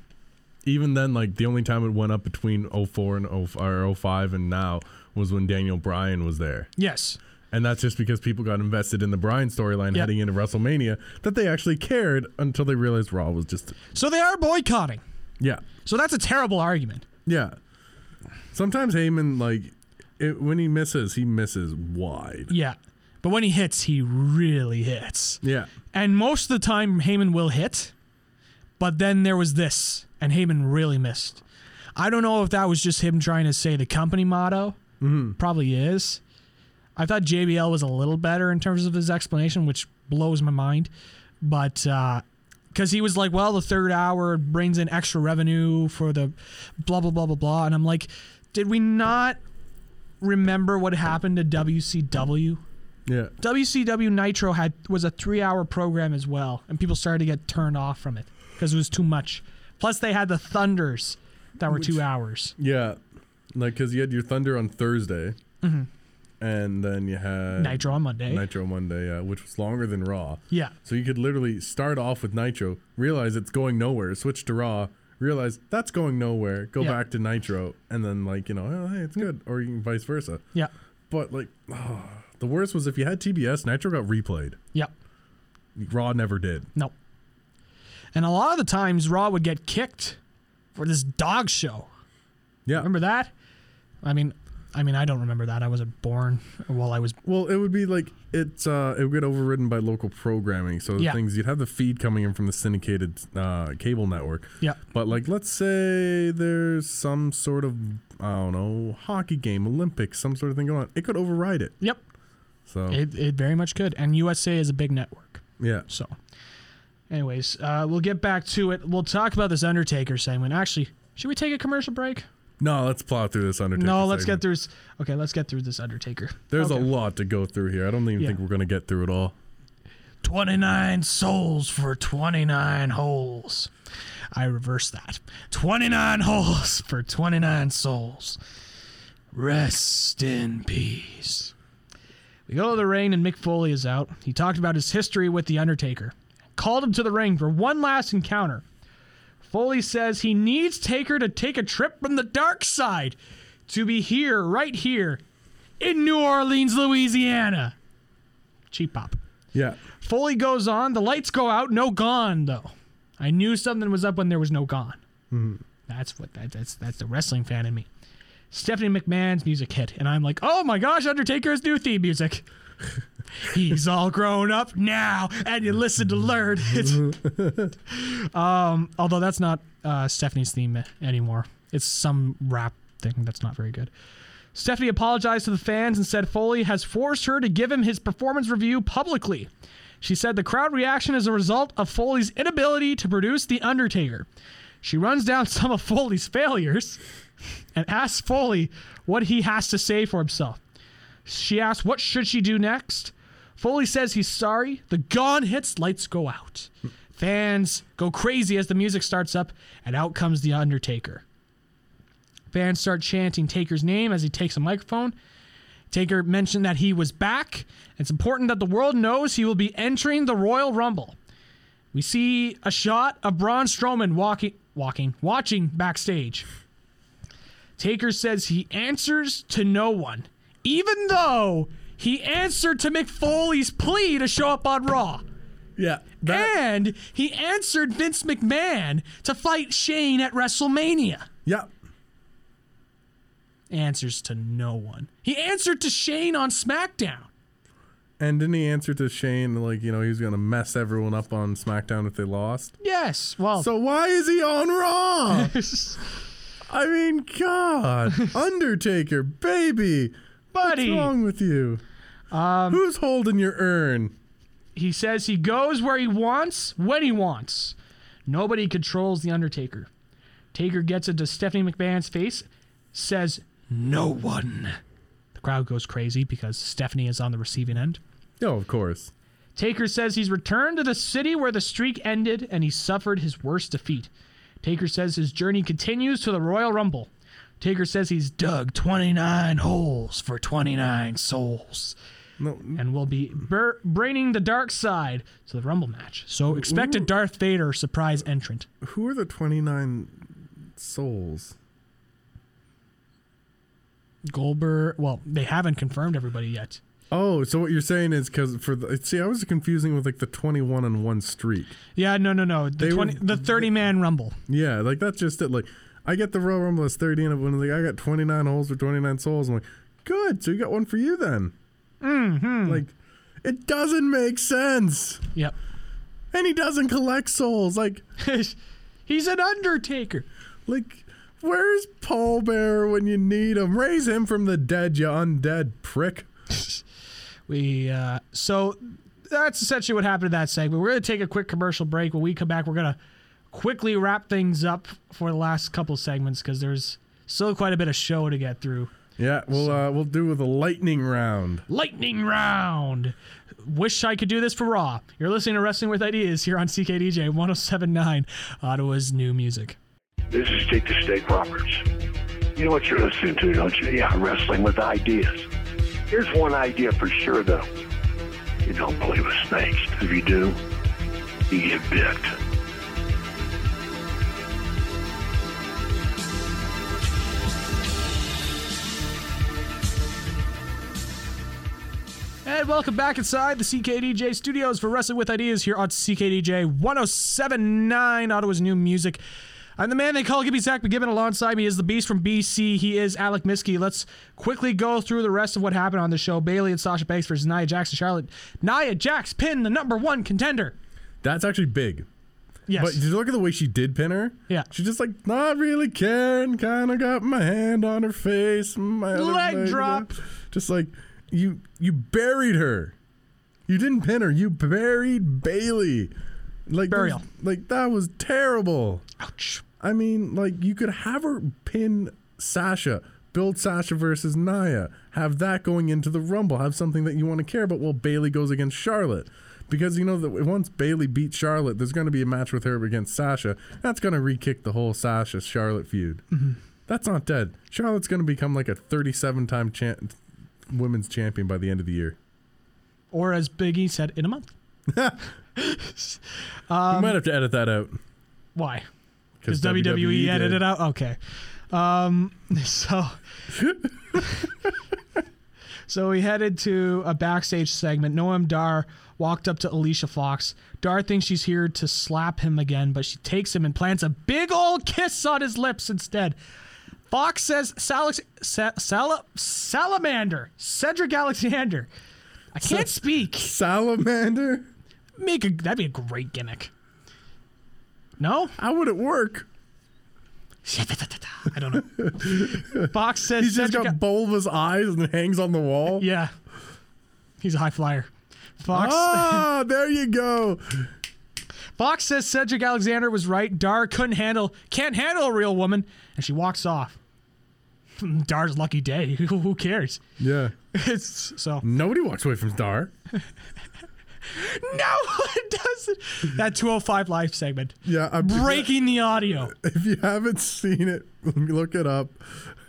even then, like the only time it went up between 04 and 05, or 05 and now was when Daniel Bryan was there.
Yes.
And that's just because people got invested in the Bryan storyline
Yeah.
heading into WrestleMania that they actually cared until they realized Raw was just
So they are boycotting.
yeah.
So that's a terrible argument.
Yeah. Sometimes Heyman like it, when he misses, he misses wide.
Yeah. But when he hits, he really hits.
Yeah.
And most of the time, Heyman will hit, but then there was this, and Heyman really missed. I don't know if that was just him trying to say the company motto. Probably is. I thought JBL was a little better in terms of his explanation, which blows my mind. But because he was like, well, the third hour brings in extra revenue for the blah, blah, blah, blah, blah. And I'm like, did we not remember what happened to WCW?
Yeah.
WCW Nitro had was a three-hour program as well, and people started to get turned off from it because it was too much. Plus, they had the Thunders that were two hours.
Yeah. Like cuz you had your Thunder on Thursday. And then you had
Mm-hmm. Nitro on Monday.
Uh, Nitro Monday, yeah, which was longer than Raw.
Yeah.
So you could literally start off with Nitro, realize it's going nowhere, switch to Raw, realize that's going nowhere, go
Yeah.
back to Nitro, and then like you know, oh, hey, it's good, or you can vice versa.
Yeah.
But like, ah, the worst was if you had TBS, Nitro got replayed.
Yeah.
Raw never did.
No. And a lot of the times, Raw would get kicked for this dog show.
Yeah.
Remember that? I mean, I mean, I don't remember that. I wasn't born while I was.
Well, it would be like it's uh, it would get overridden by local programming. So the
Yeah.
things you'd have the feed coming in from the syndicated uh, cable network.
Yeah.
But like, let's say there's some sort of I don't know hockey game, Olympics, some sort of thing going on. It could override it.
Yep.
So
It, it very much could. And USA is a big network.
yeah,
So, anyways, uh, we'll get back to it. We'll talk about this Undertaker segment. Actually, should we take a commercial break?
no, let's plow through this Undertaker.
no, let's
segment.
get through. s- Okay, let's get through this Undertaker.
There's
okay.
a lot to go through here. I don't even
Yeah.
think we're gonna get through it all.
29 souls for 29 holes. I reverse that. 29 holes for 29 souls. Rest in peace. We go to the ring and Mick Foley is out. He talked about his history with The Undertaker. Called him to the ring for one last encounter. Foley says he needs Taker to take a trip from the dark side to be here, right here, in New Orleans, Louisiana. Cheap pop.
Yeah,
Foley goes on. The lights go out. No gone though. I knew something was up when there was no gone. That's what that, that's that's the wrestling fan in me. Stephanie McMahon's music hit, and I'm like, oh my gosh, Undertaker's new theme music. He's all grown up now, and you listen to learn it. um, although that's not uh, Stephanie's theme anymore. It's some rap thing that's not very good. Stephanie apologized to the fans and said Foley has forced her to give him his performance review publicly. She said the crowd reaction is a result of Foley's inability to produce The Undertaker. She runs down some of Foley's failures and asks Foley what he has to say for himself. She asks what should she do next. Foley says he's sorry. The gong hits, lights go out. Fans go crazy as the music starts up, and out comes The Undertaker. Fans start chanting Taker's name as he takes a microphone. Taker mentioned that he was back. It's important that the world knows he will be entering the Royal Rumble. We see a shot of Braun Strowman walking, walking, watching backstage. Taker says he answers to no one, even though he answered to McFoley's plea to show up on Raw.
yeah.
and he answered Vince McMahon to fight Shane at WrestleMania
Yeah.
answers to no one. He answered to Shane on SmackDown.
And didn't he answer to Shane like you know he was gonna mess everyone up on SmackDown if they lost?
Yes. Well,
So why is he on Raw? I mean, God, Undertaker, baby,
buddy,
what's wrong with you? Um, Who's holding your urn?
he says he goes where he wants, when he wants. Nobody controls the Undertaker. Taker gets into Stephanie McMahon's face, says, No one. The crowd goes crazy because Stephanie is on the receiving end.
Oh, of course.
Taker says he's returned to the city where the streak ended and he suffered his worst defeat. Taker says his journey continues to the Royal Rumble. Taker says he's dug 29 holes for 29 souls
No,
and will be bur- braining the dark side to the Rumble match. So expect a Darth Vader surprise entrant.
who are the twenty nine souls?
Goldberg, well, they haven't confirmed everybody yet.
Oh, so what you're saying is because for the see, I was confusing with like the twenty one on one streak.
Yeah, no, no, no. The,
They
20,
were-
the 30 man Rumble.
Yeah, like that's just it. Like I get the Royal Rumble as thirty, and when like I got twenty nine holes for twenty nine souls, I'm like, good. So you got one for you then. Mm-hmm. Like, it doesn't make sense.
Yep.
and he doesn't collect souls. Like,
he's an Undertaker.
like, where's Paul Bear when you need him? Raise him from the dead, you undead prick.
We uh, so that's essentially what happened to that segment. We're gonna take a quick commercial break. When we come back, we're gonna quickly wrap things up for the last couple segments because there's still quite a bit of show to get through.
Yeah, we'll uh, we'll do with a lightning round.
Lightning round. Wish I could do this for Raw. You're listening to Wrestling with Ideas here on CKDJ 107.9, Ottawa's new music.
This is Jake the Steak Roberts. You know what you're listening to, don't you? Yeah, wrestling with ideas. Here's one idea for sure, though. You don't play with snakes. If you do, you get bit.
And welcome back inside the CKDJ studios for Wrestling with Ideas here on CKDJ 1079, Ottawa's new music. I'm the man they call Gibby Zach McGibbon. Alongside me is the beast from BC. He is Alec Miskey. Let's quickly go through the rest of what happened on the show. Bailey and Sasha Banks versus Nia Jax and Charlotte. Nia Jax pinned the number one contender.
That's actually big.
Yes.
But did you look at the way she did pin her?
Yeah.
She just like not really caring, kind of got my hand on her face, my other
Leg drop.
Just like you you buried her. You didn't pin her. You buried Bailey. Like there's-
Burial.
Like that was terrible. Ouch. I mean, like you could have her pin Sasha, build Sasha versus Naya, have that going into the Rumble, have something that you want to care about while Bailey goes against Charlotte. Because you know that once Bailey beats Charlotte, there's going to be a match with her against Sasha. That's going to re-kick the whole Sasha Charlotte feud.
Mm-hmm.
That's not dead. Charlotte's going to become like a 37 time cha- women's champion by the end of the year.
Or as Biggie said, in a month. Um,
we might have to edit that out.
Why? Because WWE, E
E
edited it out. Okay. Um, so, so we headed to a backstage segment. Noam Dar walked up to Alicia Fox. Dar thinks she's here to slap him again, but she takes him and plants a big old kiss on his lips instead. Fox says Sal- Sa- Sal- Salamander, Cedric Alexander. I can't speak.
Salamander?
Make a that'd be a great gimmick. No?
How would it work?
I don't know. Fox says
He's just
Cedric-
got Bulba's eyes and hangs on the wall.
Yeah. He's a high flyer. Fox
Ah, there you go.
Fox says Cedric Alexander was right. Dar couldn't handle can't handle a real woman, and she walks off. Dar's lucky day. Who cares?
Yeah.
It's so
Nobody walks away from Star.
no, it doesn't. That 205 live segment.
Yeah, I'm
breaking the audio.
If you haven't seen it, look it up.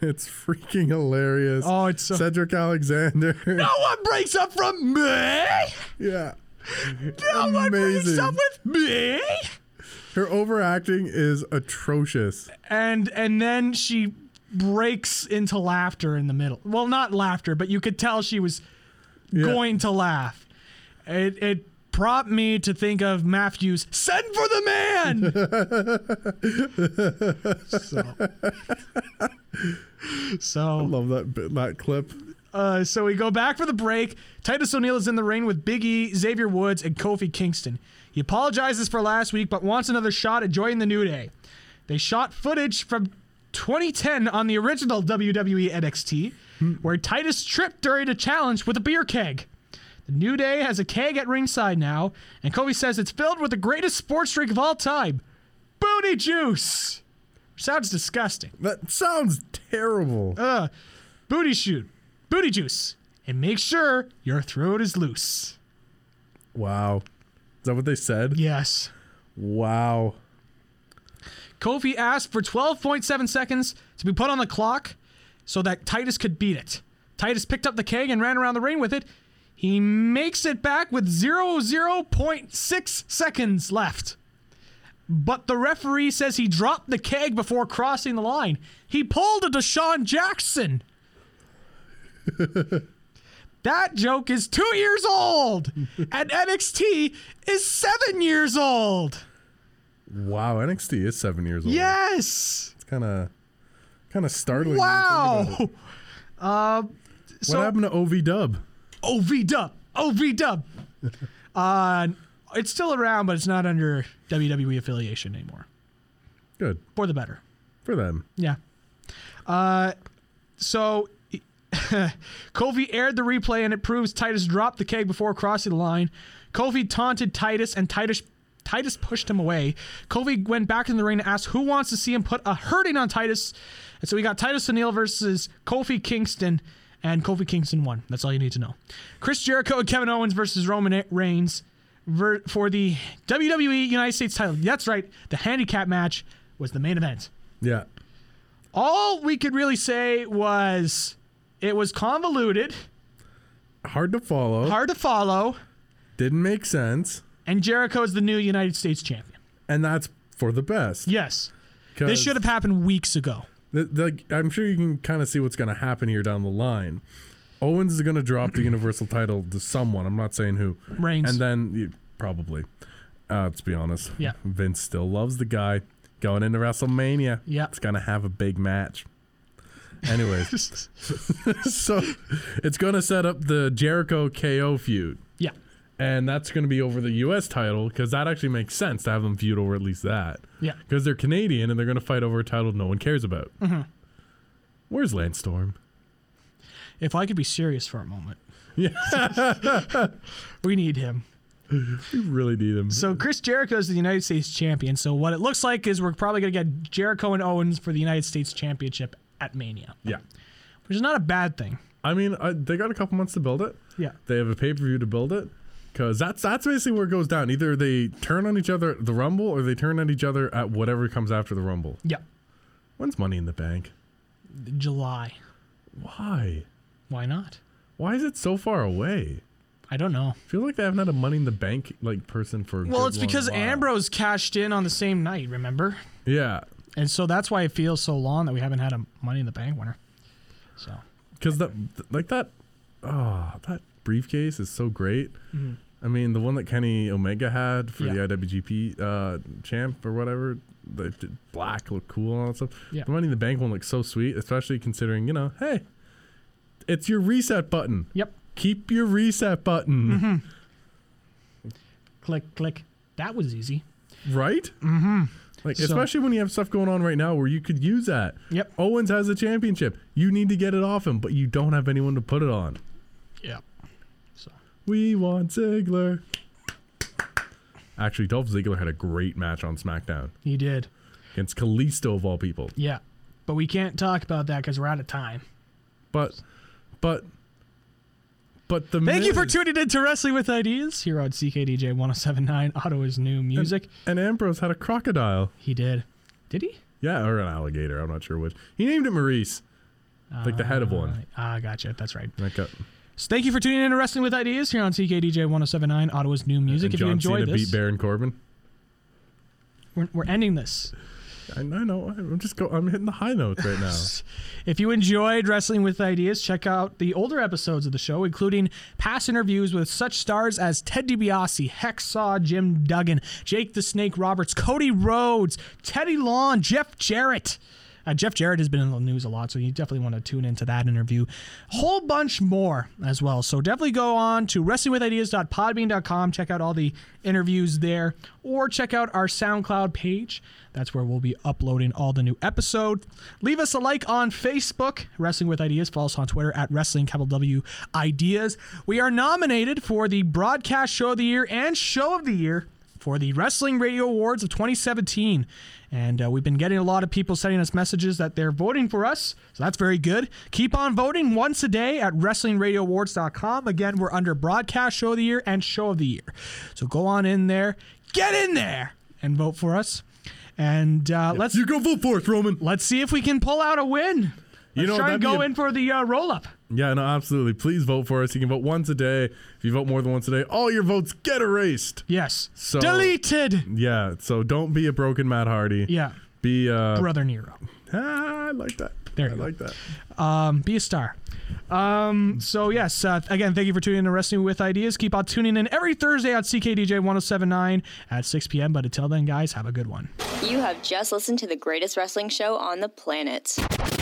It's freaking hilarious.
Oh, it's so-
Cedric Alexander.
No one breaks up from me.
Yeah.
No one breaks
Amazing.
up with me.
Her overacting is atrocious.
and and then she breaks into laughter in the middle. Well, not laughter, but you could tell she was
Yeah.
going to laugh. It it prompted me to think of Matthews. Send for the man. so.
I
So,
love that bit, that clip.
uh, so we go back for the break. Titus O'Neil is in the ring with Big E, Xavier Woods, and Kofi Kingston. He apologizes for last week, but wants another shot at joining the New Day. They shot footage from 2010 on the original E WWE NXT, where Titus tripped during a challenge with a beer keg. The New Day has a keg at ringside now, and Kobe says it's filled with the greatest sports drink of all time booty juice. Sounds disgusting.
That sounds terrible.
Ugh. Booty shoot. Booty juice. And make sure your throat is loose.
Wow. Is that what they said?
Yes.
Wow.
Kofi asked for 12.7 seconds to be put on the clock so that Titus could beat it. Titus picked up the keg and ran around the ring with it. He makes it back with 00.6 seconds left. But the referee says he dropped the keg before crossing the line. He pulled a Deshaun Jackson. that joke is two years old, and NXT is seven years old.
Wow. NXT is seven years old.
Yes.
It's kind of kind of startling.
Wow. Um,
What
so
happened to OV Dub?
OV Dub, OV Dub. uh, it's still around, but it's not under WWE affiliation anymore.
Good
For the better.
for them.
Yeah. Uh, so Kofi aired the replay, and it proves Titus dropped the keg before crossing the line. Kofi taunted Titus, and Titus Titus pushed him away. Kofi went back in the ring and asked who wants to see him put a hurting on Titus. And so we got Titus O'Neil versus Kofi Kingston, and Kofi Kingston won. That's all you need to know. Chris Jericho and Kevin Owens versus Roman Reigns ver- for the WWE United States title. That's right, the handicap match was the main event
Yeah.
all we could really say was it was convoluted,
Hard to follow.
hard to follow,
Didn't make sense.
and Jericho is the new United States champion.
And that's for the best.
Yes.
'Cause
This should have happened weeks ago.
the- the- I'm sure you can kind of see what's going to happen here down the line. Owens is going to drop the Universal title to someone. I'm not saying who.
Reigns.
And then you- probably. Uh, let's be honest.
Yeah.
Vince still loves the guy. Going into WrestleMania.
Yeah.
It's going to have a big match. Anyways. so it's going to set up the Jericho KO feud.
Yeah.
and that's going to be over the U.S. title because that actually makes sense to have them feud over at least that.
Yeah.
Because they're Canadian and they're going to fight over a title no one cares about.
Mm-hmm.
Where's Landstorm?
If I could be serious for a moment, Yeah. we need him.
We really need him.
So Chris Jericho is the United States champion. So what it looks like is we're probably going to get Jericho and Owens for the United States Championship at Mania,
Yeah.
which is not a bad thing.
I mean, I, they got a couple months to build it.
Yeah.
They have a pay per view to build it. Because that's, that's basically where it goes down. Either they turn on each other at the Rumble or they turn on each other at whatever comes after the Rumble.
Yeah.
When's Money in the Bank?
July.
Why?
Why not?
Why is it so far away?
I don't know.
I feel like they haven't had a Money in the Bank like person for. a
Well,
good
it's
long
because
while.
Ambrose cashed in on the same night, remember?
Yeah,
And so that's why it feels so long that we haven't had a Money in the Bank winner. So
because that like that, ah, that briefcase is so great.
Mhm.
I mean, the one that Kenny Omega had for
Yeah.
the IWGP uh, champ or whatever, the the black looked cool and all that stuff.
Yeah.
The Money in the Bank one looks so sweet, especially considering you know, hey, it's your reset button.
Yep.
Keep your reset button.
click, click. That was easy.
Right? Mm-hmm. Like
So-
especially when you have stuff going on right now where you could use that.
Yep.
Owens has a championship. You need to get it off him, but you don't have anyone to put it on.
Yep.
We want Ziggler. Actually, Dolph Ziggler had a great match on SmackDown
He did.
against Kalisto of all people.
Yeah. But we can't talk about that because we're out of time.
But but but the
Thank you for
Miz-
tuning in to Wrestling with Ideas here on CKDJ 1079, Ottawa's new music.
and Ambrose had a crocodile.
He did. Did he?
Yeah, or an alligator. I'm not sure which. He named it Maurice, like the head of one.
Ah, gotcha. That's right.
Like a,
So thank you for tuning in to Wrestling with Ideas here on CKDJ 1079, Ottawa's new music.
and
if you
John
enjoyed
Cena
this,
beat Baron Corbin.
we're, we're ending this.
I know, I know. I'm just go. I'm hitting the high notes right now.
If you enjoyed Wrestling with Ideas, check out the older episodes of the show, including past interviews with such stars as Ted DiBiase, Hexaw, Jim Duggan, Jake the Snake Roberts, Cody Rhodes, Teddy Long, Jeff Jarrett. Uh, Jeff Jarrett has been in the news a lot, so you definitely want to tune into that interview. Whole bunch more as well. So definitely go on to wrestlingwithideas.podbean.com. Check out all the interviews there, or check out our SoundCloud page. That's where we'll be uploading all the new episodes. Leave us a like on Facebook, Wrestling with Ideas. Follow us on Twitter at Wrestling Capital W Ideas. We are nominated for the Broadcast Show of the Year and Show of the Year for the Wrestling Radio Awards of 2017. And uh, we've been getting a lot of people sending us messages that they're voting for us. So that's very good. Keep on voting once a day at WrestlingRadioAwards.com. Again, we're under Broadcast Show of the Year and Show of the Year. So go on in there, get in there, and vote for us. And uh, let's
you go vote for us, Roman.
Let's see if we can pull out a win. Let's
You know,
try
that'd
and
be
go
a-
in for the uh, roll up.
Yeah, no, absolutely. Please vote for us. You can vote once a day. If you vote more than once a day, all your votes get erased.
Yes.
So
Deleted.
Yeah. So don't be a broken Matt Hardy.
Yeah.
Be uh.
Brother Nero.
Ah, I like that.
There
I
you go.
like that.
Um, be a star. Um, so, yes, uh, again, thank you for tuning in to Wrestling with Ideas. Keep on tuning in every Thursday on CKDJ 1079 at 6 p.m. But until then, guys, have a good one.
You have just listened to the greatest wrestling show on the planet.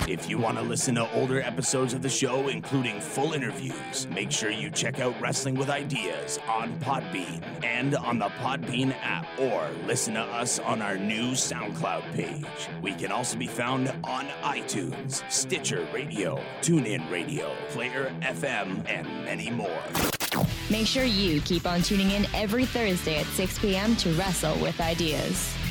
If you want to listen to older episodes of the show, including full interviews, make sure you check out Wrestling with Ideas on Podbean and on the Podbean app, or listen to us on our new SoundCloud page. We can also be found on iTunes, Stitcher Radio, TuneIn Radio, Player FM, and many more.
Make sure you keep on tuning in every Thursday at 6 p.m. to Wrestle with Ideas.